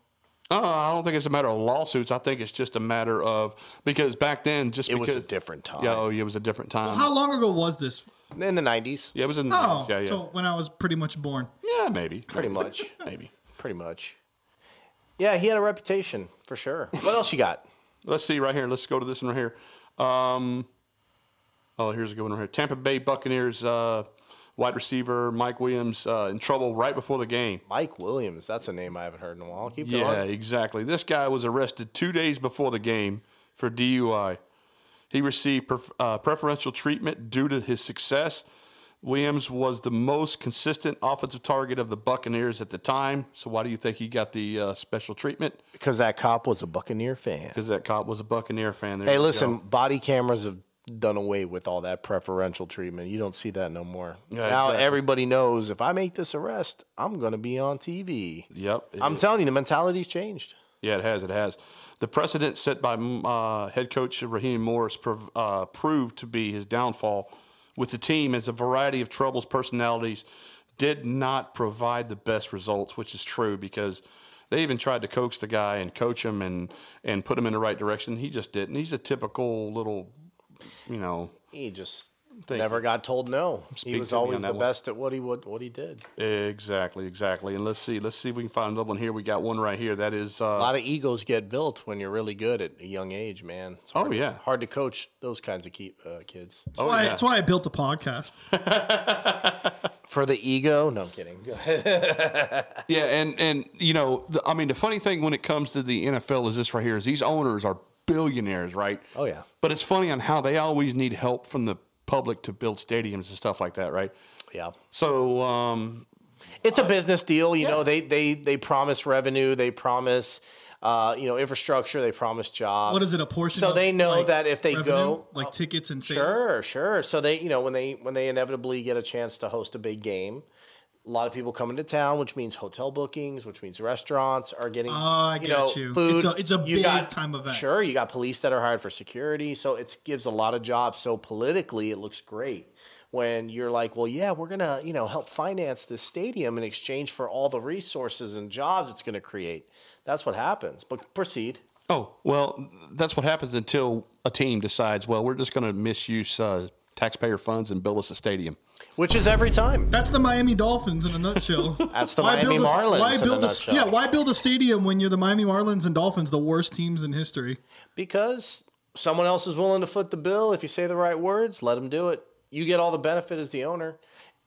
Uh, I don't think it's a matter of lawsuits. I think it's just a matter of because back then, just
It was
because,
a different time.
Yeah, oh, yeah, it was a different time.
How long ago was this?
In the 90s,
yeah, it was in the
Oh,
yeah, yeah,
so when I was pretty much born.
yeah, maybe,
pretty much.
maybe.
pretty much. Yeah, he had a reputation for sure. What else you got?
Let's see right here. Let's go to this one right here. Um, oh, here's a good one right here. Tampa Bay Buccaneers. Uh, wide receiver Mike Williams uh, in trouble right before the game.
Mike Williams, that's a name I haven't heard in a while. Keep going.
Yeah, exactly. This guy was arrested two days before the game for DUI. He received pref- uh, preferential treatment due to his success. Williams was the most consistent offensive target of the Buccaneers at the time. So why do you think he got the uh, special treatment?
Because that cop was a Buccaneer fan.
Because that cop was a Buccaneer fan. There
Hey,
you
listen,
go.
body cameras have done away with all that preferential treatment. You don't see that no more.
Yeah,
now
exactly.
everybody knows if I make this arrest, I'm going to be on TV.
Yep. it
I'm
is.
telling you, the mentality's changed.
Yeah, it has. It has. The precedent set by mm, uh, head coach Raheem Morris prov- uh, proved to be his downfall with the team as a variety of troubles, personalities did not provide the best results, which is true because they even tried to coax the guy and coach him and, and put him in the right direction. He just didn't. He's a typical little, you know,
He just
Thank
never
you.
got told no.
Speak
he was
to me on
always
that
the
one.
best at what he would, what he did.
exactly, exactly. And let's see, let's see if we can find another one here. We got one right here. That is, uh,
A lot of egos get built when you're really good at a young age, man. It's
Oh,
hard to-
yeah.
hard to coach those kinds of keep, uh, kids.
That's, why, that's why I built a podcast.
For the ego? No, I'm kidding. Go ahead.
Yeah, and and you know, the, I mean, the funny thing when it comes to the NFL is this right here is these owners are billionaires, right?
oh yeah.
But it's funny on how they always need help from the public to build stadiums and stuff like that, right?
Yeah.
So, um,
it's a business deal. You know, they they they promise revenue, they promise uh, you know infrastructure, they promise jobs.
What is it? A portion.
So
of,
they know
like,
that if they
revenue?
go,
like tickets and sales.
sure, sure. So they you know when they when they inevitably get a chance to host a big game. A lot of people coming to town, which means hotel bookings, which means restaurants are getting
Oh, I
you
get
know,
you.
food.
It's a, it's a
You
big
got-
time event.
Sure, you got police that are hired for security, so it gives a lot of jobs. So politically, it looks great when you're like, well, yeah, we're gonna you know help finance this stadium in exchange for all the resources and jobs it's gonna create. That's what happens. But proceed.
oh well, that's what happens until a team decides, well, we're just going to misuse uh, taxpayer funds and build us a stadium.
Which is every time.
That's the Miami Dolphins in a nutshell.
That's the Miami
build a-
Marlins
Why
in a
build a,
nutshell.
yeah? Why build a stadium when you're the Miami Marlins and Dolphins, the worst teams in history?
Because someone else is willing to foot the bill. If you say the right words, let them do it. You get all the benefit as the owner.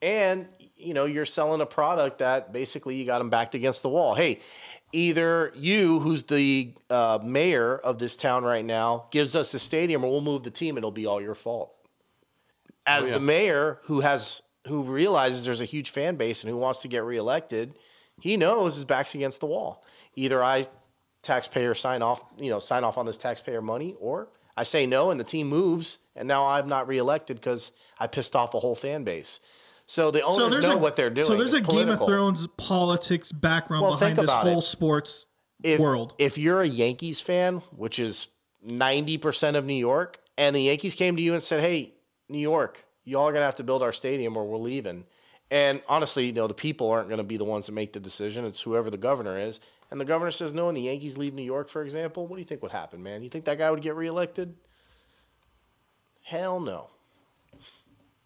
And, you know, you're selling a product that basically you got them backed against the wall. Hey, either you, who's the uh, mayor of this town right now, gives us the stadium or we'll move the team. It'll be all your fault. As
Oh, yeah.
the mayor who has, who realizes there's a huge fan base and who wants to get reelected, he knows his back's against the wall. Either I taxpayer sign off, you know, sign off on this taxpayer money, or I say no and the team moves, and now I'm not reelected because I pissed off a whole fan base. So the owners know what they're doing.
So there's
It's
a Game of
political.
Thrones politics background
Well,
behind
think
this
about
whole
it.
sports
if,
world.
If you're a Yankees fan, which is 90% of New York, and the Yankees came to you and said, hey, New York, y'all are going to have to build our stadium or we're leaving. And honestly, you know, the people aren't going to be the ones that make the decision. It's whoever the governor is. And the governor says no, and the Yankees leave New York, for example. What do you think would happen, man? You think that guy would get reelected? Hell no.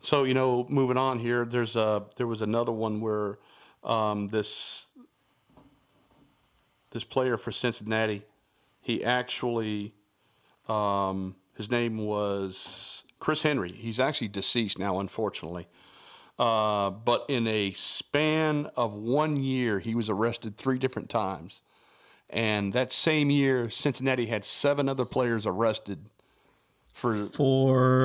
So you know, moving on here, there's a there was another one where um, this this player for Cincinnati, he actually um, his name was Chris Henry. He's actually deceased now, unfortunately. Uh, but in a span of one year, he was arrested three different times, and that same year, Cincinnati had seven other players arrested for
For-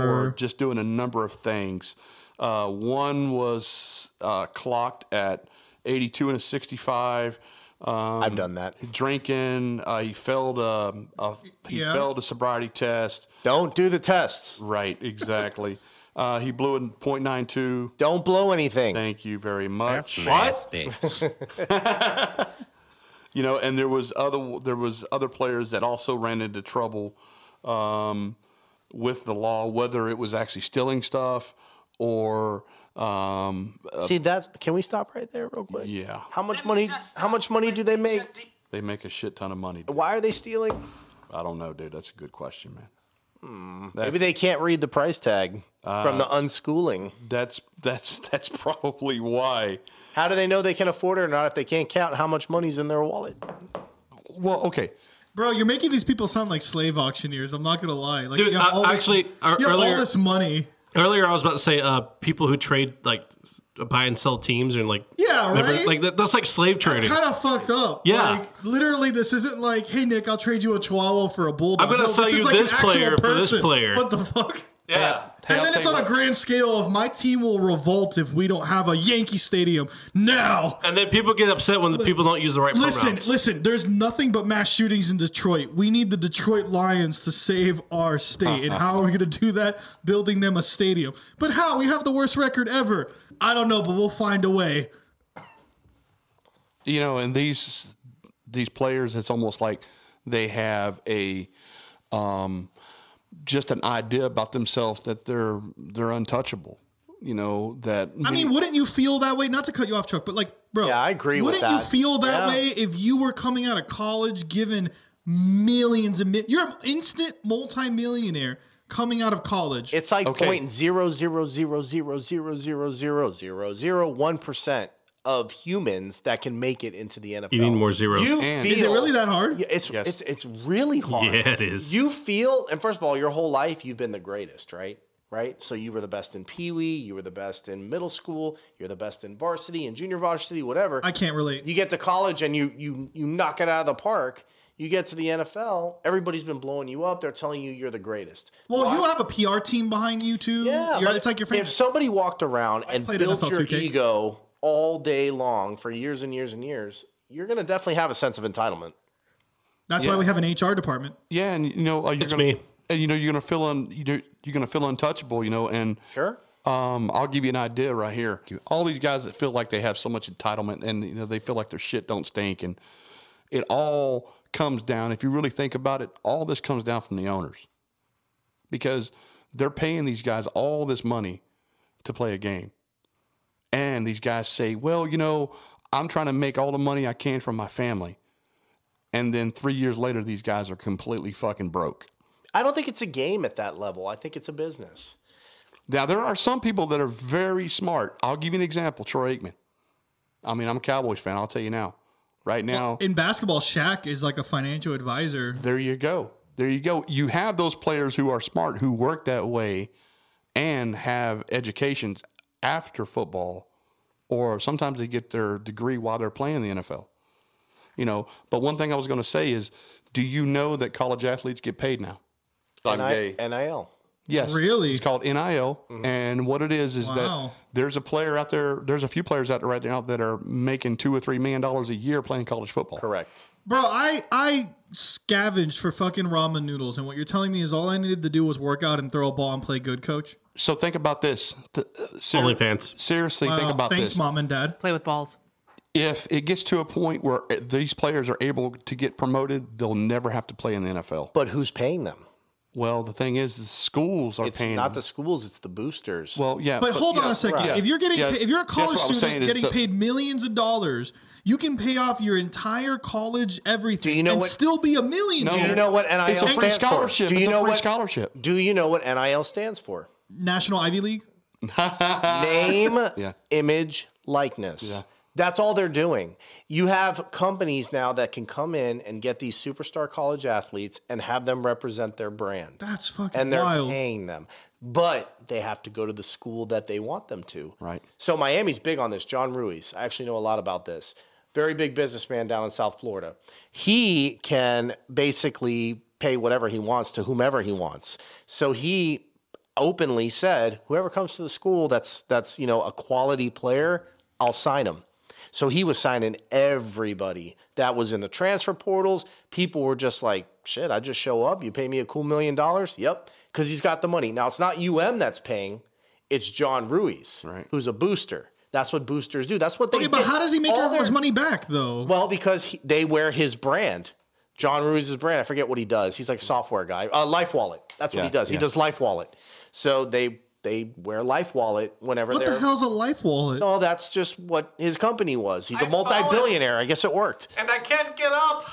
for just doing a number of things. Uh, one was uh, clocked at 82 and a 65. Um, I've
done that.
Drinking. Uh, he failed a, a he
Yeah.
failed a sobriety test.
Don't do the tests.
Right. Exactly. uh, he blew in .92.
Don't blow anything.
Thank you very much.
What?
you know and there was other there was other players that also ran into trouble um, with the law whether it was actually stealing stuff or um, uh,
See, that's. Can we stop right there, real quick?
yeah
How much money? How much money do they make?
they make a shit ton of money dude.
Why are they stealing?
i don't know dude that's a good question man That's-
Maybe they can't read the price tag uh, from the unschooling.
that's that's that's probably why
How do they know they can afford it or not if they can't count how much money's in their wallet?
well okay
Bro, you're making these people sound like slave auctioneers. I'm not gonna lie. Like
Dude,
you have
I-
all this,
actually,
you
ear-
have all
earlier-
this money.
Earlier, I was about to say uh, people who trade like buy and sell teams and like
Yeah, right?
like that, that's like slave trading.
Kind of fucked up.
Yeah.
Like, literally, this isn't like, hey, Nick, I'll trade you a Chihuahua for a Bulldog.
I'm gonna
No,
sell
is
you
like an
this
actual
player for this
person.
player.
What the fuck?
yeah,
and then it's on a grand scale of my team will revolt if we don't have a Yankee Stadium now.
And then people get upset when the people don't use the right
Listen,
pronouns.
listen, there's nothing but mass shootings in Detroit. We need the Detroit Lions to save our state. and how are we going to do that? Building them a stadium. But how? We have the worst record ever. I don't know, but we'll find a way.
you know, and these these players, it's almost like they have a um, just an idea about themselves that they're they're untouchable. You know that
I mean, wouldn't you feel that way? Not to cut you off, Chuck, but like, bro. Yeah, I agree
with
wouldn't you
that.
feel that
Yeah.
way if you were coming out of college given millions and mi- you're an instant multimillionaire coming out of college.
It's like point zero zero zero zero zero zero zero zero zero one percent of humans that can make it into the NFL.
You need more zeros.
You
And-
feel,
Is it really
that hard?
Yeah, it's it's it's really hard.
Yeah, it is.
You feel, and first of all, your whole life you've been the greatest, right? Right. So you were the best in Pee Wee. You were the best in middle school. You're the best in varsity and junior varsity, whatever.
I can't relate.
You get to college and you you you knock it out of the park. You get to the NFL, everybody's been blowing you up. They're telling you you're the greatest.
Well,
Why?
you have a PR team behind you too. Yeah,
but
it's like your
If
friends.
somebody walked around and
played
built
NFL
your
2K.
ego all day long for years and years and years, you're going to definitely have a sense of entitlement.
That's
Yeah.
why we have an HR department.
Yeah, and you know, uh, you're
It's
gonna,
me.
And you know, you're gonna feel un, you do, you're gonna feel untouchable. You know, and
sure.
Um, I'll give you an idea right here. All these guys that feel like they have so much entitlement, and you know, they feel like their shit don't stink, and it all comes down. If you really think about it, all this comes down from the owners, because they're paying these guys all this money to play a game, and these guys say, "Well, you know, I'm trying to make all the money I can from my family." And then three years later, these guys are completely fucking broke.
I don't think it's a game at that level. I think it's a business.
Now, there are some people that are very smart. I'll give you an example Troy Aikman. I mean, I'm a Cowboys fan. I'll tell you now. Right now,
In basketball, Shaq is like a financial advisor.
there you go. There you go. You have those players who are smart, who work that way and have educations after football, or sometimes they get their degree while they're playing the NFL. You know, but one thing I was going to say is do you know that college athletes get paid now?
NI- NIL.
Yes. Really? It's called NIL.
Mm-hmm.
And what it is is
Wow.
that there's a player out there, there's a few players out there right now that are making two or three million dollars a year playing college football.
Correct.
Bro, I I scavenged for fucking ramen noodles, and what you're telling me is all I needed to do was work out and throw a ball and play good, coach.
So think about this. Th- ser-
OnlyFans.
Seriously,
Wow,
think about
thanks,
this.
mom and dad.
Play with balls.
If it gets to a point where eh, these players are able to get promoted, they'll never have to play in the NFL.
But who's paying them?
Well, the thing is, the schools are
It's
paying.
not the schools, it's the boosters.
Well, yeah.
But, hold
you
on
know,
a second.
yeah,
If you're getting
yeah,
pa- if you're a
that's
college
what I was saying
student
is
getting
the-
paid millions of dollars, you can pay off your entire college everything
you know
and
what-
still be a millionaire.
Do you know what NIL stands for? Do you know what,
scholarship.
Do you know what NIL stands for?
National Ivy League.
name,
Yeah.
image, likeness.
Yeah.
That's all they're doing. You have companies now that can come in and get these superstar college athletes and have them represent their brand.
That's fucking
and they're
wild.
paying them. But they have to go to the school that they want them to.
Right.
So Miami's big on this. John Ruiz. I actually know a lot about this. Very big businessman down in South Florida. He can basically pay whatever he wants to whomever he wants. So he openly said, whoever comes to the school that's that's you know a quality player, I'll sign him. So he was signing everybody that was in the transfer portals. People were just like, shit, I just show up. You pay me a cool million dollars? Yep. Because he's got the money. Now, it's not UM that's paying, it's John Ruiz, right. who's a booster. That's what boosters do. That's what they
Okay, but
did.
how does he make all,
their-
his money back though?
Well, because he, they wear his brand. John Ruiz's brand. I forget what he does. He's like a software guy. Uh, Life Wallet. That's what
Yeah,
he does. He
yeah.
does Life Wallet. So they they wear Life Wallet whenever
What
they're
the hell's a life wallet?
no, that's just what his company was. He's a multi-billionaire. I guess it worked.
And I can't get up.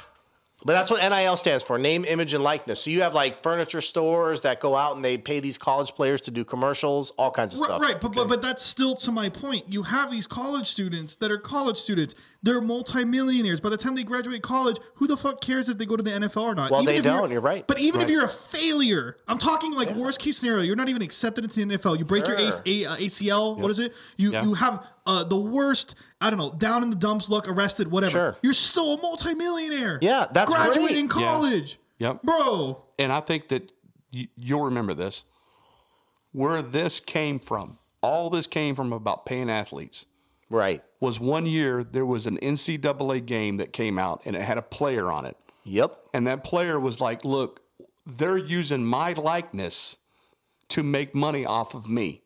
But that's what NIL stands for name, image, and likeness. So you have like furniture stores that go out and they pay these college players to do commercials, all kinds of
Right,
stuff.
right, but, but but that's still to my point. You have these college students that are college students. They're multimillionaires. By the time they graduate college, who the fuck cares if they go to the NFL or not?
Well, they
if
don't, you're right.
But even if
Right.
you're a failure, I'm talking like worst case scenario. You're not even accepted into the NFL. You break your
Sure.
AC, a, uh, ACL. What
Yeah.
is it? You
Yeah.
you have uh, the worst. I don't know. Down in the dumps. Look, arrested. Whatever.
Sure.
You're still a multimillionaire.
Yeah, that's great.
graduating
Yeah.
college.
Yep.
Bro.
And I think that y- you'll remember this. Where this came from, all this came from about paying athletes.
Right.
Was one year there was an NCAA game that came out and it had a player on it.
Yep.
And that player was like, look, they're using my likeness to make money off of me.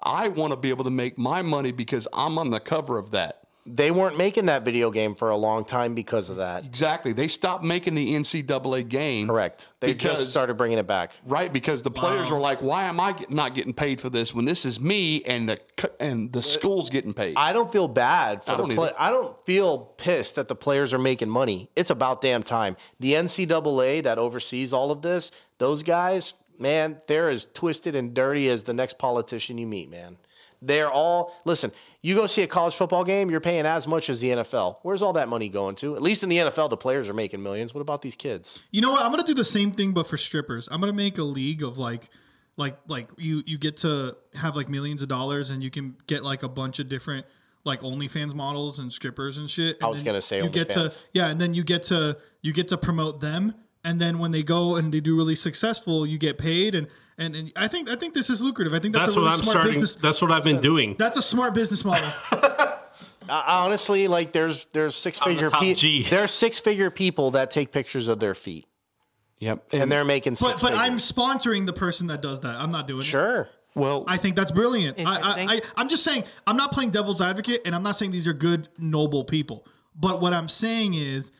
I want to be able to make my money because I'm on the cover of that.
They weren't making that video game for a long time because of that.
Exactly. They stopped making the NCAA game.
Correct. They just started bringing it back.
Right, because the players are like, "Why am I get- not getting paid for this when this is me and the c- and the school's getting paid?"
I don't feel bad for
I
the
don't
play.
either.
I don't feel pissed that the players are making money. It's about damn time. The NCAA that oversees all of this, those guys, man, they're as twisted and dirty as the next politician you meet, man. They're all listen. You go see a college football game, you're paying as much as the NFL. Where's all that money going to? At least in the NFL, the players are making millions. What about these kids?
You know what? I'm gonna do the same thing, but for strippers. I'm gonna make a league of like, like, like you you get to have like millions of dollars, and you can get like a bunch of different like OnlyFans models and strippers and shit.
I
and
was
then
gonna say
you get to
OnlyFans.
yeah, and then you get to you get to promote them, and then when they go and they do really successful, you get paid, and and, and I think I think this is lucrative. I think
That's
that's, a
what
really
I'm
smart
starting.
business.
That's what I've been doing.
That's a smart business model.
I- I honestly, like there's there's six
I'm the
figure
top
people.
G.
There's six figure people that take pictures of their feet.
Yep,
and, they're making.
but
Six
but I'm
figures.
sponsoring the person that does that. I'm not doing it.
sure.
Well,
I think that's brilliant. I,
Interesting.
I, I, I'm just saying, I'm not playing devil's advocate, and I'm not saying these are good, noble people. But what I'm saying is,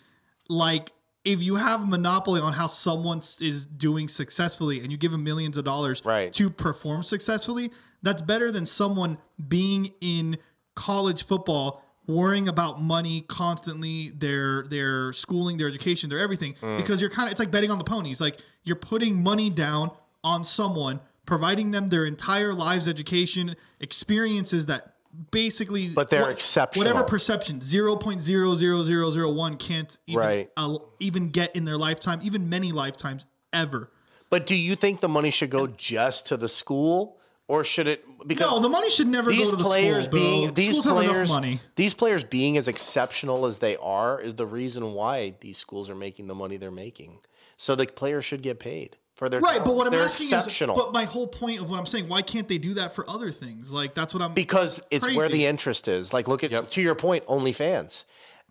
like, if you have a monopoly on how someone s- is doing successfully and you give them millions of dollars to perform successfully, that's better than someone being in college football worrying about money constantly their their schooling their education their everything
Mm.
because you're kind of it's like betting on the ponies like you're putting money down on someone providing them their entire lives education experiences that basically
But they're
what-
exceptional.
whatever perception 0.00001 can't even
Right.
al- even get in their lifetime even many lifetimes ever
But do you think the money should go just to the school, or should it? Because
No, the money should never go
these
to the
players
school, bro.
Being, these
Schools have enough
players,
money.
These players being as exceptional as they are is the reason why these schools are making the money they're making. So the players should get paid for their
right but what
talents.
i'm
They're
asking
exceptional.
is but my whole point of what i'm saying why can't they do that for other things like that's what i'm
because it's where
Crazy.
the interest is. Like, look at to your point, OnlyFans.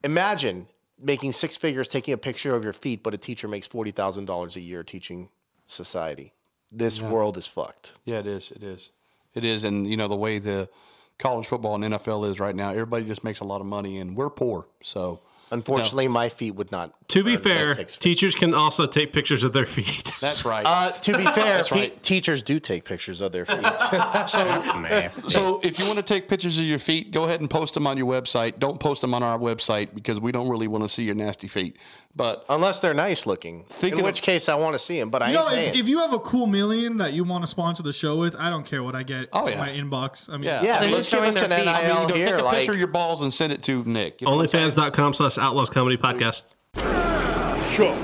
Imagine making six figures taking a picture of your feet, but a teacher makes forty thousand dollars a year teaching society. This world is fucked.
Yeah, it is. It is. It is. And you know the way the college football and NFL is right now, everybody just makes a lot of money, and we're poor. So
Unfortunately, my feet would not.
To be
earn my
fair,
six
teachers can also take pictures of their feet.
That's right.
Uh, to be fair,
That's right.
pe- teachers do take pictures of their feet.
so, so if you want to take pictures of your feet, go ahead and post them on your website. Don't post them on our website because we don't really want to see your nasty feet. But
unless they're nice looking, in which case I want to see them, but I
you know,
ain't paying.
if, if you have a cool million that you want to sponsor the show with, I don't care what I get.
Oh,
in
yeah.
my inbox. I mean,
Yeah, I mean, let's give us an NIL here. Take a picture of your balls and send it to Nick.
Oh.
You know what I'm saying?
Onlyfans.com slash Outlaws Comedy Podcast.
Chuck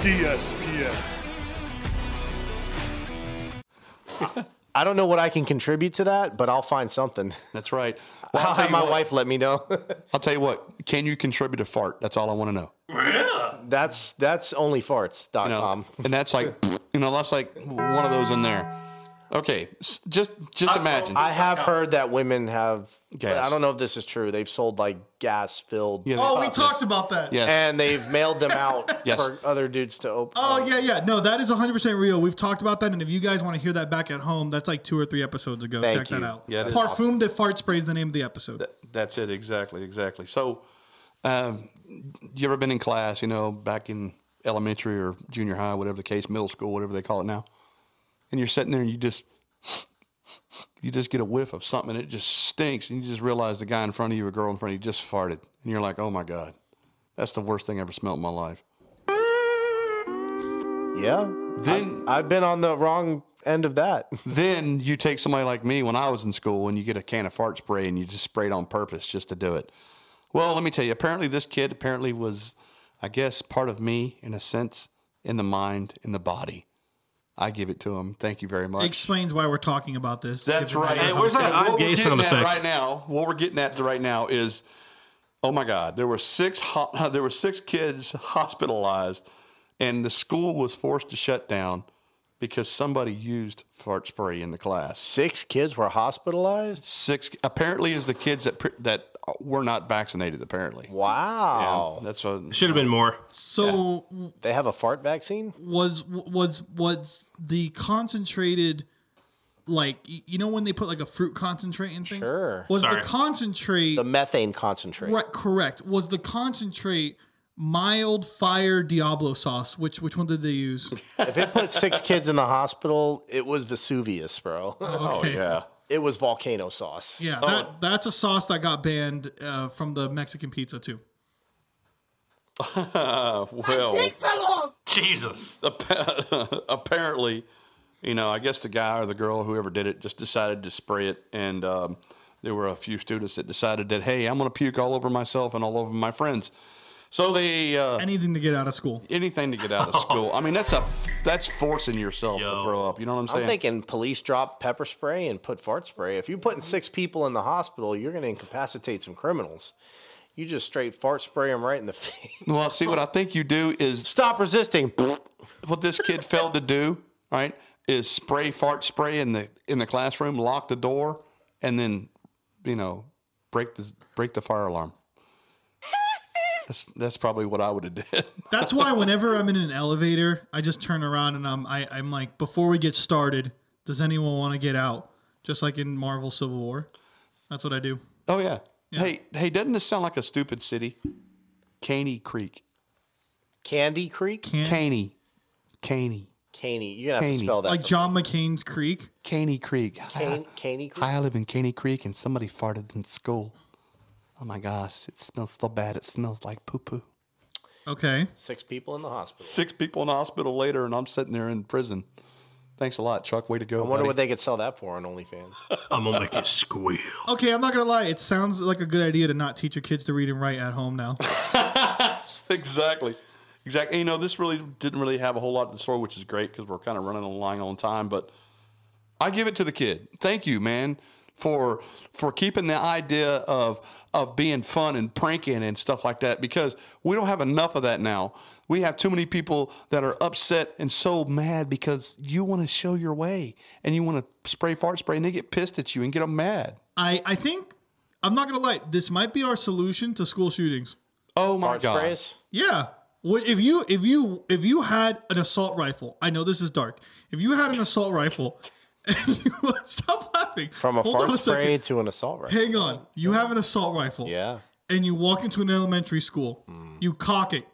DSPN.
I don't know what I can contribute to that, but I'll find something.
That's right.
I'll, have my wife let me know.
I'll tell you what. Can you contribute a fart? That's all I want to know.
That's that's onlyfarts.com.
and that's like, you know, that's like one of those in there. Okay, s- just just imagine.
I have heard that women have.
Gas.
I don't know if this is true. They've sold like gas filled.
Yeah,
Oh, we talked about that.
And they've mailed them out
Yes.
for other dudes to open.
Oh yeah, yeah. No, that is 100 percent real. We've talked about that, and if you guys want to hear that back at home, that's like two or three episodes ago.
Thank
Check
you.
that out.
Yeah, it is
Parfum de fart spray is the name of the episode.
That's it, exactly, exactly. So, um, you ever been in class? You know, back in elementary or junior high, whatever the case, middle school, whatever they call it now, and you're sitting there and you just you just get a whiff of something and it just stinks, and you just realize the guy in front of you, or girl in front of you, just farted, and you're like, oh my god, That's the worst thing I ever smelled in my life.
Yeah.
Then
I, have been on the wrong end of that.
Then you take somebody like me when I was in school and you get a can of fart spray and you just spray it on purpose just to do it. Well, let me tell you, apparently this kid apparently was, I guess, part of me in a sense, in the mind, in the body. I give it to him. Thank you very much.
Explains why we're talking about this.
That's
Give it
right.
back.
And what we're getting at Right now, what we're getting at right now is, oh my God, there were six ho- there were six kids hospitalized, and the school was forced to shut down because somebody used fart spray in the class.
Six kids were hospitalized.
Six apparently is the kids that pr- that were not vaccinated. Apparently,
wow,
that's what
Should have been more.
So
they have a fart vaccine.
was was was the concentrated like y- you know when they put like a fruit concentrate in things
Sure.
was
Sorry.
the concentrate
The methane concentrate.
right correct was the concentrate mild fire diablo sauce which which one did they use
If it put six kids in the hospital, it was Vesuvius, bro.
Oh, okay. yeah.
It was volcano sauce.
yeah
Oh,
that, that's a sauce that got banned uh, from the mexican pizza too
well,
Jesus.
apparently, you know, I guess the guy or the girl, whoever did it, just decided to spray it. And um, there were a few students that decided that, hey, I'm going to puke all over myself and all over my friends. So they uh,
anything to get out of school
anything to get out of school. I mean, that's a that's forcing yourself to throw up. You know what I'm saying?
I'm thinking police drop pepper spray and put fart spray. If you're putting six people in the hospital, you're going to incapacitate some criminals. You just straight fart spray them right in the face.
Well, see, what I think you do is
stop resisting.
What this kid failed to do, right, is spray fart spray in the in the classroom, lock the door, and then, you know, break the break the fire alarm. That's that's probably what I would have did.
That's why whenever I'm in an elevator, I just turn around and I'm I, I'm like, before we get started, does anyone want to get out? Just like in Marvel Civil War. That's what I do.
Oh yeah. Hey hey, doesn't this sound like a stupid city? Caney Creek.
Candy Creek?
Caney. Caney.
Caney. You're going to have to
Caney.
spell that.
Like John McCain's Creek.
Caney Creek.
Can- Caney Creek?
Hi, I live in Caney Creek, and somebody farted in school. Oh my gosh, it smells so bad. It smells like poo poo.
Okay.
Six people in the hospital.
Six people in the hospital later, and I'm sitting there in prison. Thanks a lot, Chuck. Way to go.
I wonder
buddy.
what they could sell that for on OnlyFans.
I'm gonna make it squeal.
Okay, I'm not gonna lie, it sounds like a good idea to not teach your kids to read and write at home now.
exactly. Exactly. You know, this really didn't really have a whole lot to the story, which is great because we're kind of running along on time. But I give it to the kid. Thank you, man, for for keeping the idea of of being fun and pranking and stuff like that because we don't have enough of that now. We have too many people that are upset and so mad because you want to show your way and you want to spray fart spray and they get pissed at you and get them mad.
I, I think I'm not gonna lie, this might be our solution to school shootings.
Oh my
Fart
god.
sprays?
Yeah. What if you if you if you had an assault rifle? I know this is dark. If you had an assault rifle, and you, stop laughing.
From a
Hold
fart
on second.
spray to an assault rifle.
Hang on. You have an assault rifle.
Yeah. Hmm.
And you walk into an elementary school. You cock it.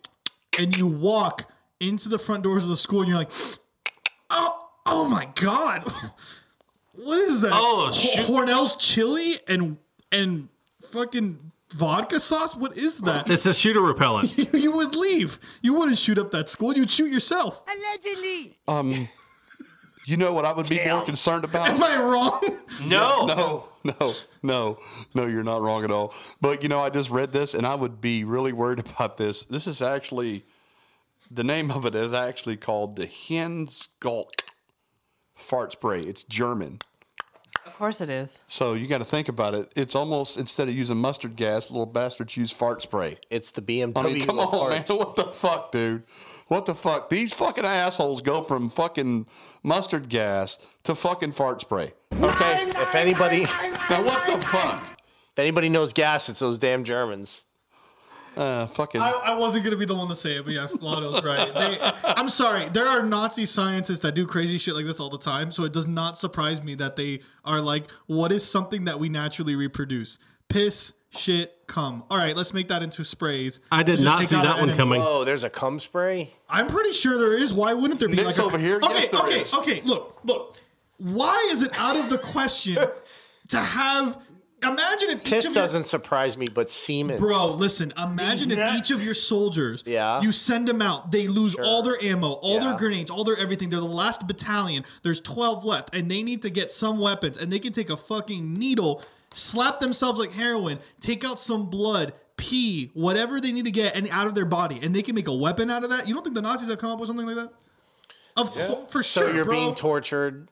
And you walk into the front doors of the school and you're like, oh, oh my God. what is that?
Oh,
Ho-
shoot.
Hornell's chili and and fucking vodka sauce? What is that?
It's a shooter repellent.
you, you would leave. You wouldn't shoot up that school. You'd shoot yourself.
Allegedly.
Um, you know what I would be more concerned about?
Am I wrong?
No.
No, no, no, no, you're not wrong at all. But you know, I just read this and I would be really worried about this. This is actually the name of it is actually called the Hinsgulk fart spray. It's German.
Of course it is.
So you got to think about it. It's almost instead of using mustard gas, little bastards use fart spray.
It's the BMW.
I mean, come on,
of farts.
man. What the fuck, dude? What the fuck? These fucking assholes go from fucking mustard gas to fucking fart spray. Okay?
If anybody,
Now, what the fuck?
if anybody knows gas, it's those damn Germans.
Uh, fucking.
I, I wasn't gonna be the one to say it, but yeah, Lotto's right. They, I'm sorry. There are Nazi scientists that do crazy shit like this all the time, so it does not surprise me that they are like, "What is something that we naturally reproduce? Piss, shit, cum. All right, let's make that into sprays."
I did
Just
not
take
see
out
that
an
one
enemy.
coming.
Oh, there's a cum spray.
I'm pretty sure there is. Why wouldn't there be?
Nick's
like a,
over here.
Okay,
Yes, there
okay,
is.
okay. Look, look. Why is it out of the question to have Imagine if
Piss
each of your-
doesn't surprise me, but semen.
Bro, listen. Imagine if each of your soldiers,
Yeah.
you send them out, they lose all their ammo, all
Yeah.
their grenades, all their everything. They're the last battalion. There's 12 left, and they need to get some weapons, and they can take a fucking needle, slap themselves like heroin, take out some blood, pee, whatever they need to get, and out of their body, and they can make a weapon out of that. You don't think the Nazis have come up with something like that? Of cour- for
so
sure,
you're
bro.
being tortured,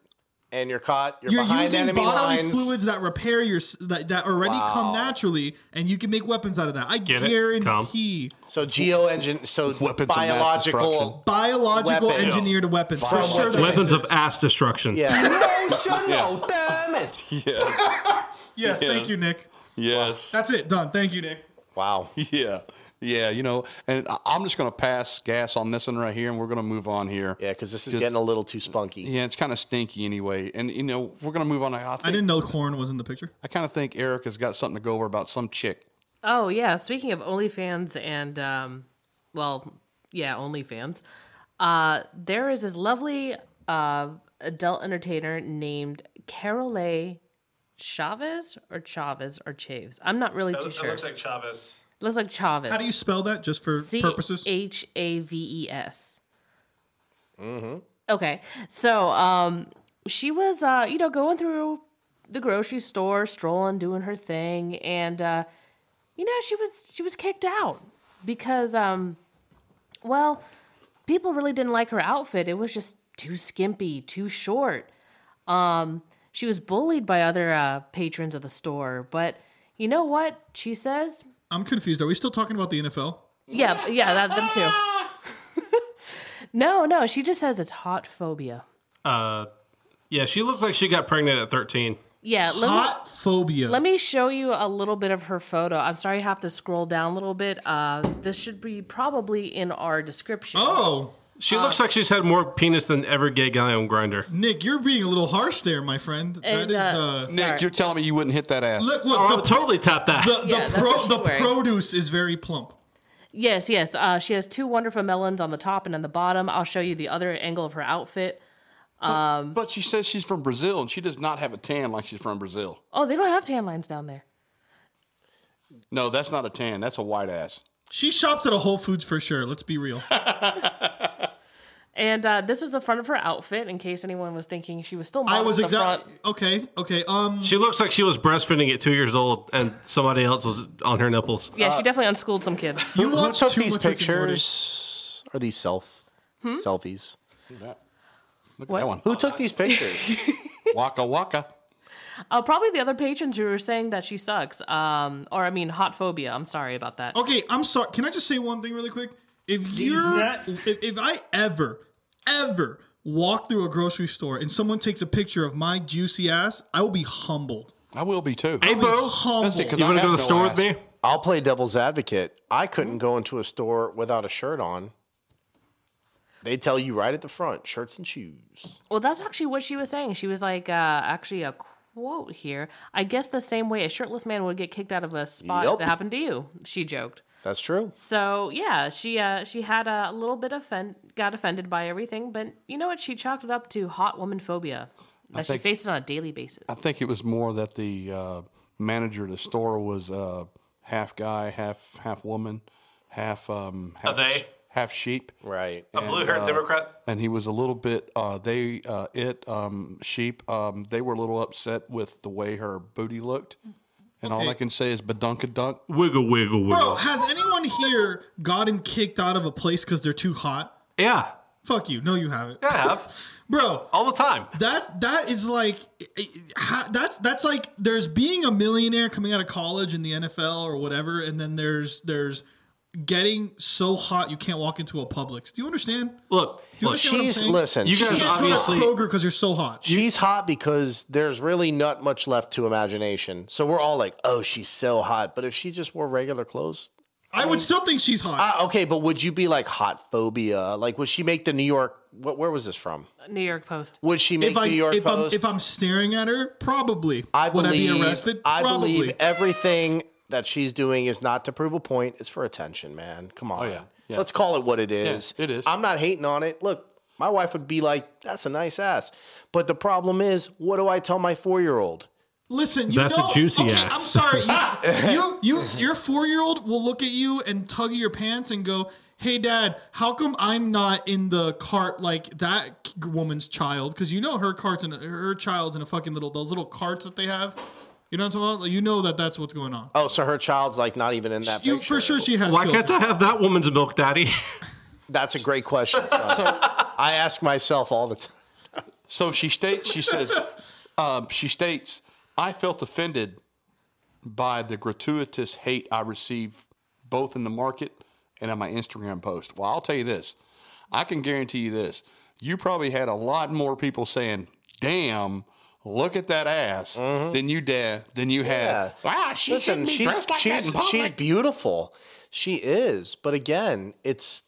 and you're caught. You're,
You're
behind
using
enemy
bodily
lines.
fluids that repair your s- that, that already
Wow.
come naturally, and you can make weapons out of that. I
Get it?
guarantee.
So geo engine. So
Weapons of mass
biological.
destruction.
Biological
Weapons.
engineered weapons. For
From
sure that
weapons of
exists.
ass destruction.
Emotional
damn it.
Yes, thank you, Nick.
Yes.
That's it. Done. Thank you, Nick.
Wow.
Yeah. Yeah. You know, and I- I'm just going to pass gas on this one right here, and we're going to move on here.
Yeah, because this is getting a little too spunky.
Yeah, it's kind of stinky anyway. And you know, we're going to move on. I, think,
I didn't know corn was in the picture.
I kind of think Eric has got something to go over about some chick.
Oh yeah. Speaking of OnlyFans and um, well, yeah, OnlyFans. Uh, there is this lovely uh adult entertainer named Carole Chavez or Chavez or Chaves. I'm not really too sure.
looks like Chavez.
Looks like Chavez.
How do you spell that, just for purposes?
H A V E S.
Mm-hmm.
Okay. So um she was uh, you know, going through the grocery store, strolling, doing her thing, and uh, you know, she was she was kicked out because um well, people really didn't like her outfit. It was just too skimpy, too short. Um, she was bullied by other uh, patrons of the store, but you know what she says?
I'm confused. Are we still talking about the NFL?
Yeah, yeah, that, them too. no, no, she just says it's hot phobia.
Uh, yeah, she looks like she got pregnant at 13.
Yeah, let me,
Hot phobia.
let me show you a little bit of her photo. I'm sorry, I have to scroll down a little bit. Uh, this should be probably in our description.
Oh.
She looks like she's had more penis than every gay guy on Grinder.
Nick, you're being a little harsh there, my friend. that
And,
is.
uh,
Uh,
Nick, you're telling me you wouldn't hit that ass.
Look, look, Oh, the- I would
totally tap that.
the, the,
Yeah, that's
pro-
what she's
the
wearing.
produce is very plump.
Yes, yes. Uh, she has two wonderful melons on the top and on the bottom. I'll show you the other angle of her outfit. Um,
but she says she's from Brazil, and she does not have a tan like she's from Brazil.
oh, they don't have tan lines down there.
No, that's not a tan. That's a white ass.
She shops at a Whole Foods for sure. Let's be real.
And uh, this was the front of her outfit, in case anyone was thinking she was still.
I was
modest in the front.
exactly okay. Okay. Um,
She looks like she was breastfeeding at two years old, and somebody else was on her nipples.
Yeah,
Uh,
she definitely unschooled some kid.
Who, who took
too
these
much Rick and Morty.
pictures? Are these self
Hmm?
selfies?
Look
What?
at that one.
Who took these pictures?
waka waka.
Uh, probably the other patrons who were saying that she sucks. Um, or I mean, hot phobia. I'm sorry about that.
Okay, I'm sorry. Can I just say one thing really quick? If you're, if, if I ever, ever walk through a grocery store and someone takes a picture of my juicy ass, I will be humbled.
I will be too.
Hey, bro. Humbled.
I'll play devil's advocate. I
Hmm?
couldn't go into a store without a shirt on. They tell you right at the front, shirts and shoes.
Well, that's actually what she was saying. She was like, uh, actually, a quote here. I guess the same way a shirtless man would get kicked out of a spot
Yup.
that happened to you. She joked.
That's true.
So yeah, she uh, she had a little bit offend got offended by everything, but you know what? She chalked it up to hot woman phobia that she
think-
faces on a daily basis.
I think it was more that the uh, manager of the store was uh, half guy, half half woman, half um half,
they?
half sheep,
right?
A
uh,
blue-haired Democrat?
and he was a little bit uh, they uh, it um, sheep. Um, they were a little upset with the way her booty looked, and all
Okay.
I can say is badunka dunk,
wiggle wiggle
Bro, has anyone here gotten kicked out of a place because they're too hot?
Yeah.
Fuck you. No, you haven't.
Yeah, I have.
Bro,
all the time.
That's that is like, eh, ha- that's that's like there's being a millionaire coming out of college in the NFL or whatever, and then there's there's getting so hot you can't walk into a Publix. Do you understand?
Look,
Do you
look
understand what I'm
she's
saying?
listen.
You guys
she's
obviously- Kroger because you're so hot.
She's hot because there's really not much left to imagination. So we're all like, "Oh, she's so hot." But if she just wore regular clothes,
I would still think she's hot.
Ah, okay, but would you be like hot phobia? Like, would she make the New York? What, where was this from?
New York Post.
Would she make
if I
New York
if
Post?
I'm, if I'm staring at her, probably.
I
would
believe,
I be arrested?
I
probably.
believe everything that she's doing is not to prove a point. It's for attention, man.
Oh,
Come on. Let's call it what it is. it is. I'm not hating on it. Look, my wife would be like, that's a nice ass. But the problem is, what do I tell my four year old?
Listen, you
That's a
know-
juicy
okay,
ass.
I'm sorry. You, you, you, your four year old will look at you and tug at your pants and go, "Hey, Dad, how come I'm not in the cart like that k- woman's child? Because you know her cart's in a, her child's in a fucking little those little carts that they have. You know what I'm talking about? Like, you know that that's what's going on.
Oh, so her child's like not even in that
You
picture.
for sure she has.
Why
children.
can't I have that woman's milk, Daddy?
That's a great question. son. I ask myself all the time.
So she states, she says, um, she states, I felt offended by the gratuitous hate I received both in the market and on my Instagram post. Well, I'll tell you this. I can guarantee you this. You probably had a lot more people saying, damn, look at that ass than you dare, than you had. Wow, she
Listen,
shouldn't be
she's,
dressed like
she's,
that in
she's
public.
beautiful. She is. But again, it's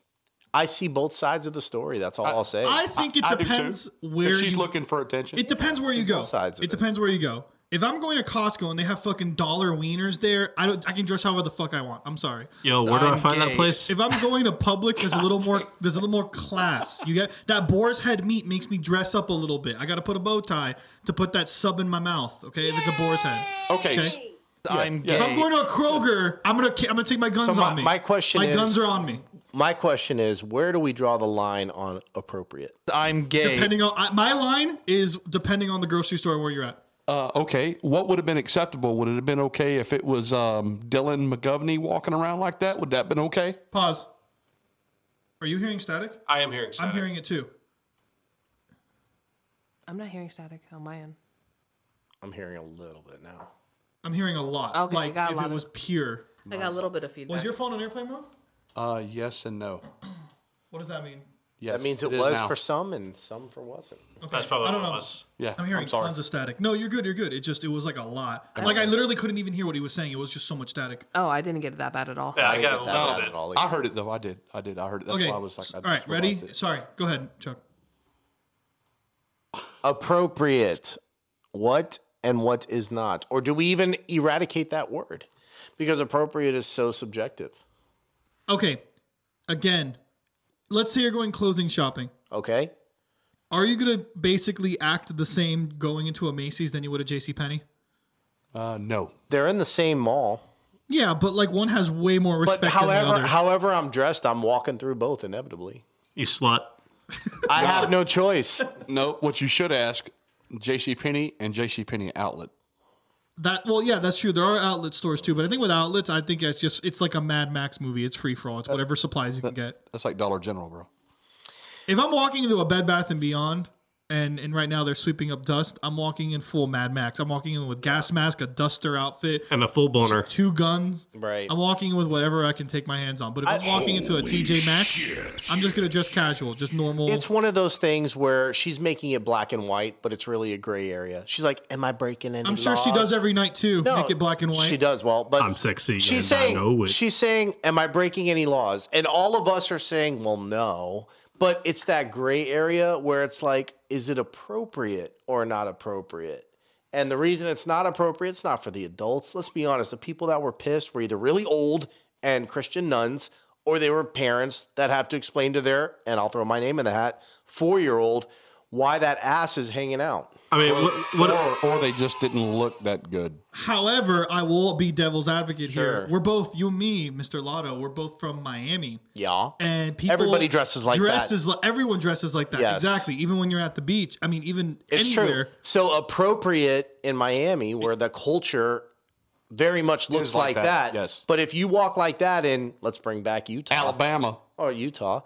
I see both sides of the story. That's all I, will say.
I think it
I do too.
depends
But
where
she's
you-
looking for attention.
It depends where you go.
sides of
It depends where you go. If I'm going to Costco and they have fucking dollar wieners there, I don't. I can dress however the fuck I want. I'm sorry.
Yo, where do I find that place?
If I'm going to Publix, there's a little more. There's a little more class. You get that boar's head meat makes me dress up a little bit. I got to put a bow tie to put that sub in my mouth. Okay, if it's a boar's head.
Okay.
I'm
If I'm
gay.
going to a Kroger, I'm gonna. I'm gonna take my
So
guns
my,
on me.
my question
My
is
guns are on me.
My question is where do we draw the line on appropriate?
I'm gay.
Depending on I, my line is depending on the grocery store and where you're at.
Uh, okay, what would have been acceptable? Would it have been okay if it was um, Dylan McGovney walking around like that? Would that been okay?
Pause. Are you hearing static?
I am hearing
I'm hearing it too.
I'm not hearing static on my end.
I'm hearing a little bit now.
I'm hearing a lot.
Okay, I
like
got a
if
lot
it
of-
was pure.
I got a little bit of feedback.
Was your phone on airplane mode?
Uh, yes and no.
What does that mean?
Yes,
that means it,
it is
was
now.
for some and some for wasn't.
That's probably
I don't
what
know.
it was.
Yeah,
I'm hearing
sorry.
tons of static. No, you're good. You're good. It just it was like a lot. like I literally couldn't even hear what he was saying. It was just so much static.
Oh, I didn't get it that bad at all.
Yeah, I got a
that
little
bad
bit.
at all.
I heard it though. I did. I did. I heard it. That's
okay.
why I was like, I
all right,
just
ready?
realized it.
Sorry. Go ahead, Chuck.
appropriate what and what is not or do we even eradicate that word because appropriate is so subjective
Okay. Again, let's say you're going clothing shopping.
okay
Are you gonna basically act the same going into a Macy's than you would a JC Penney?
Uh, no.
they're in the same mall
Yeah, but like one has way more respect
but
than the
however
other.
however i'm dressed i'm walking through both inevitably
You slut.
i have no choice
No. What you should ask, J.C. Penney and J.C. Penney outlet.
That well, yeah, that's true. There are outlet stores too, but I think with outlets, I think it's just it's like a Mad Max movie. It's free for all. It's whatever supplies you can get.
That's like Dollar General, bro.
If I'm walking into a Bed Bath and Beyond, and and right now they're sweeping up dust, I'm walking in full Mad Max. I'm walking in with gas mask, a duster outfit,
And a full boner.
two guns.
Right.
I'm walking in with whatever I can take my hands on. But if I'm walking into a TJ Maxx, I'm just gonna dress casual, just normal.
it's one of those things where she's making it black and white but it's really a gray area she's like am i breaking any
I'm sure she
laws?"
does every night too.
No,
make it black and white.
She does well, but
I'm sexy
She's
and I
saying,
know it.
she's saying, "Am I breaking any laws?" And all of us are saying, "Well, no." But it's that gray area where it's like, is it appropriate or not appropriate? And the reason it's not appropriate, it's not for the adults. Let's be honest. The people that were pissed were either really old and Christian nuns, or they were parents that have to explain to their, and I'll throw my name in the hat, four year old, why that ass is hanging out.
I mean, what, what
Oh.
or, or they just didn't look that good.
However, I will be devil's advocate
Sure.
here. We're both you and me, Mr. Lotto. We're both from Miami.
Yeah.
and people
Everybody dresses like that.
dresses like everyone dresses like that
Yes.
exactly even when you're at the beach i mean even
It's
anywhere
true. So appropriate in Miami, where the culture very much looks like,
like
that.
that, yes.
But if you walk like that in, let's bring back Utah
Alabama.
or Utah,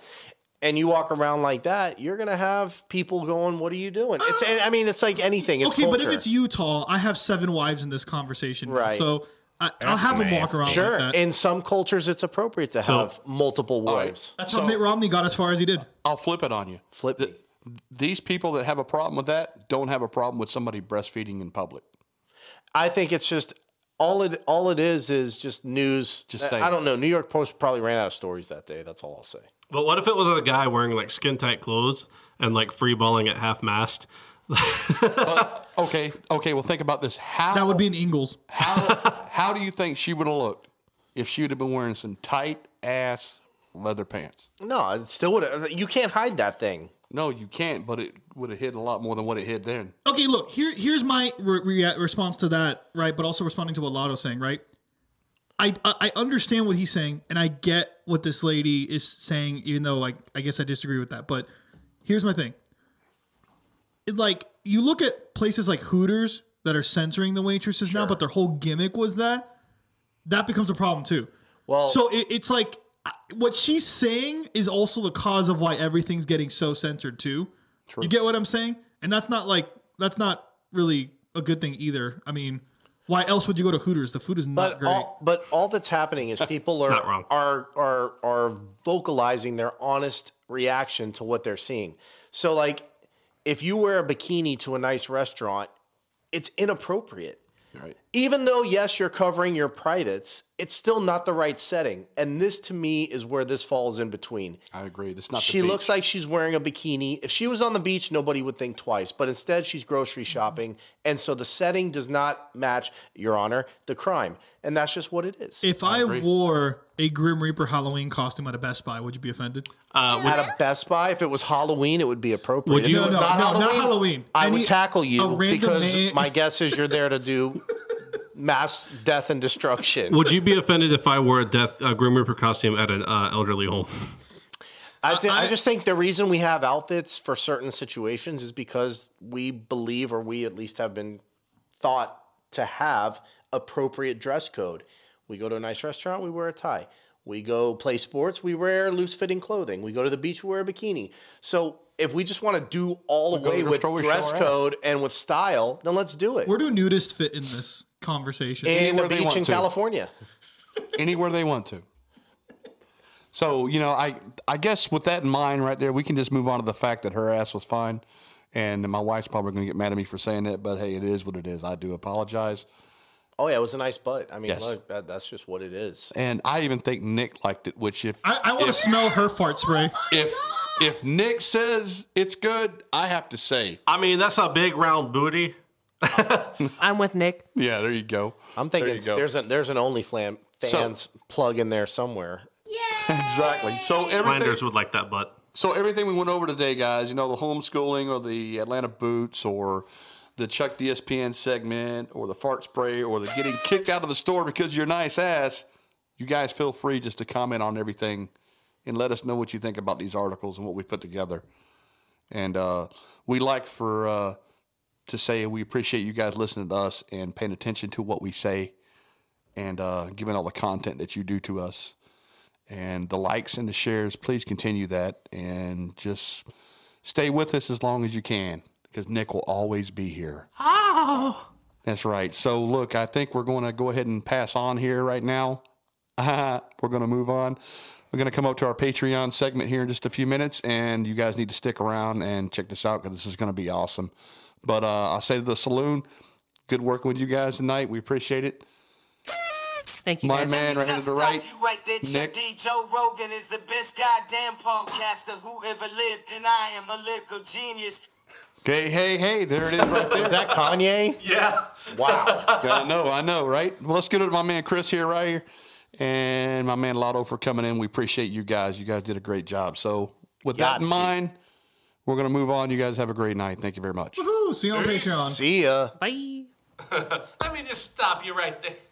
and you walk around like that, you're gonna have people going, "What are you doing?" It's. I mean, it's like anything. It's
Ah! okay
culture.
but if it's utah i have seven wives in this conversation now,
Right.
so I, i'll have them walk around
sure.
like that
In some cultures, it's appropriate to
So-
have multiple wives.
that's how mitt romney got as far as he did
I'll flip it on you.
Flip. me.
These people that have a problem with that don't have a problem with somebody breastfeeding in public.
I think it's just. All it all it is is just news.
Just
I-
saying.
I don't know. New York Post probably ran out of stories that day. That's all I'll say.
But what if it was a guy wearing like skin tight clothes and like free balling at half mast?
Okay. Okay. Well, think about this. How
that would be in ingles
how, how do you think she would have looked if she would have been wearing some tight ass leather pants?
No, it still would. You can't uh, hide that thing.
No, you can't. But it would have hit a lot more than what it hit then.
Okay, look here. Here's my re- rea- response to that, right? But also responding to what Lotto's saying, right? I, I I understand what he's saying, and I get what this lady is saying, even though like I guess I disagree with that. But here's my thing: it, like you look at places like Hooters that are censoring the waitresses now, but their whole gimmick was that. That becomes a problem too.
Well-
so it, it's like I- what she's saying is also the cause of why everything's getting so censored too. You get what I'm saying? And that's not like that's not really a good thing either. I mean, why else would you go to Hooters? The food is not
but
great.
all, but all that's happening is people are are are are vocalizing their honest reaction to what they're seeing. So like if you wear a bikini to a nice restaurant, it's inappropriate.
Right.
Even though yes, you're covering your privates, it's still not the right setting. And this to me is where this falls in between.
I agree. It's not. the
She
beach.
looks like she's wearing a bikini. If she was on the beach, nobody would think twice. But instead, she's grocery shopping, and so the setting does not match, Your Honor, the crime, and that's just what it is.
if I, wore a Grim Reaper Halloween costume at a Best Buy, would you be offended?
Uh, at a Best Buy, if it was Halloween, it would be appropriate.
Would
If
you-
it was
No, no, no, not Halloween.
I
Any-
would tackle
a
you
random
because
man-
my guess is you're there to do mass death and destruction.
Would you be offended if I wore a death a Grim Reaper costume at an uh, elderly home?
I, thi- I just think the reason we have outfits for certain situations is because we believe, or we at least have been thought to have appropriate dress code. We go to a nice restaurant, we wear a tie. We go play sports, we wear loose fitting clothing. We go to the beach, we wear a bikini. So if we just want to do all
We go
away
to the
with
store, we show
dress
our ass.
code and with style, then let's do it.
Where do nudists fit in this conversation?
And the beach in California.
anywhere they want to. So you know, I I guess with that in mind, right there, we can just move on to the fact that her ass was fine, and my wife's probably going to get mad at me for saying that, but hey, it is what it is. I do apologize,
Oh yeah, it was a nice butt. I mean,
Yes.
look, that, that's just what it is.
and I even think Nick liked it. Which if
I, I want to
if,
smell her fart spray.
if if Nick says it's good, I have to say,
I mean, that's a big round booty.
I'm with Nick.
yeah, there you go.
I'm thinking there's an there's an OnlyFans fans plug in there somewhere.
Exactly. So
Flanders
everything,
would like that butt.
so everything we went over today, guys. You know, the homeschooling or the Atlanta boots or the Chuck DSPN segment or the fart spray or the getting kicked out of the store because of your nice ass. You guys feel free just to comment on everything and let us know what you think about these articles and what we put together. And uh, we like for uh, to say we appreciate you guys listening to us and paying attention to what we say and uh, giving all the content that you do to us and the likes and the shares. Please continue that and just stay with us as long as you can because Nick will always be here.
Oh.
That's right. So, look, I think we're going to go ahead and pass on here right now. we're going to move on. We're going to come up to our Patreon segment here in just a few minutes, and you guys need to stick around and check this out because this is going to be awesome. But uh, I'll say to the saloon, good working with you guys tonight. We appreciate it.
Thank
you, My man right here to
Just
the
stop
right,
you right there, Chuck
Nick.
D. Joe Rogan is the best goddamn podcaster who ever lived, and I am a lyrical genius.
Hey, hey, hey, there it is right there. Is that
Kanye?
Yeah. Wow. I know, I know, right? Well, let's get it to my man Chris here, right here, and my man Lotto for coming in. We appreciate you guys. You guys did a great job. So, with that in
Yahtzee.
mind, we're going to move on. You guys have a great night. Thank you very much.
Woohoo! See you on Patreon.
See ya.
Bye.
Let me just stop you right there.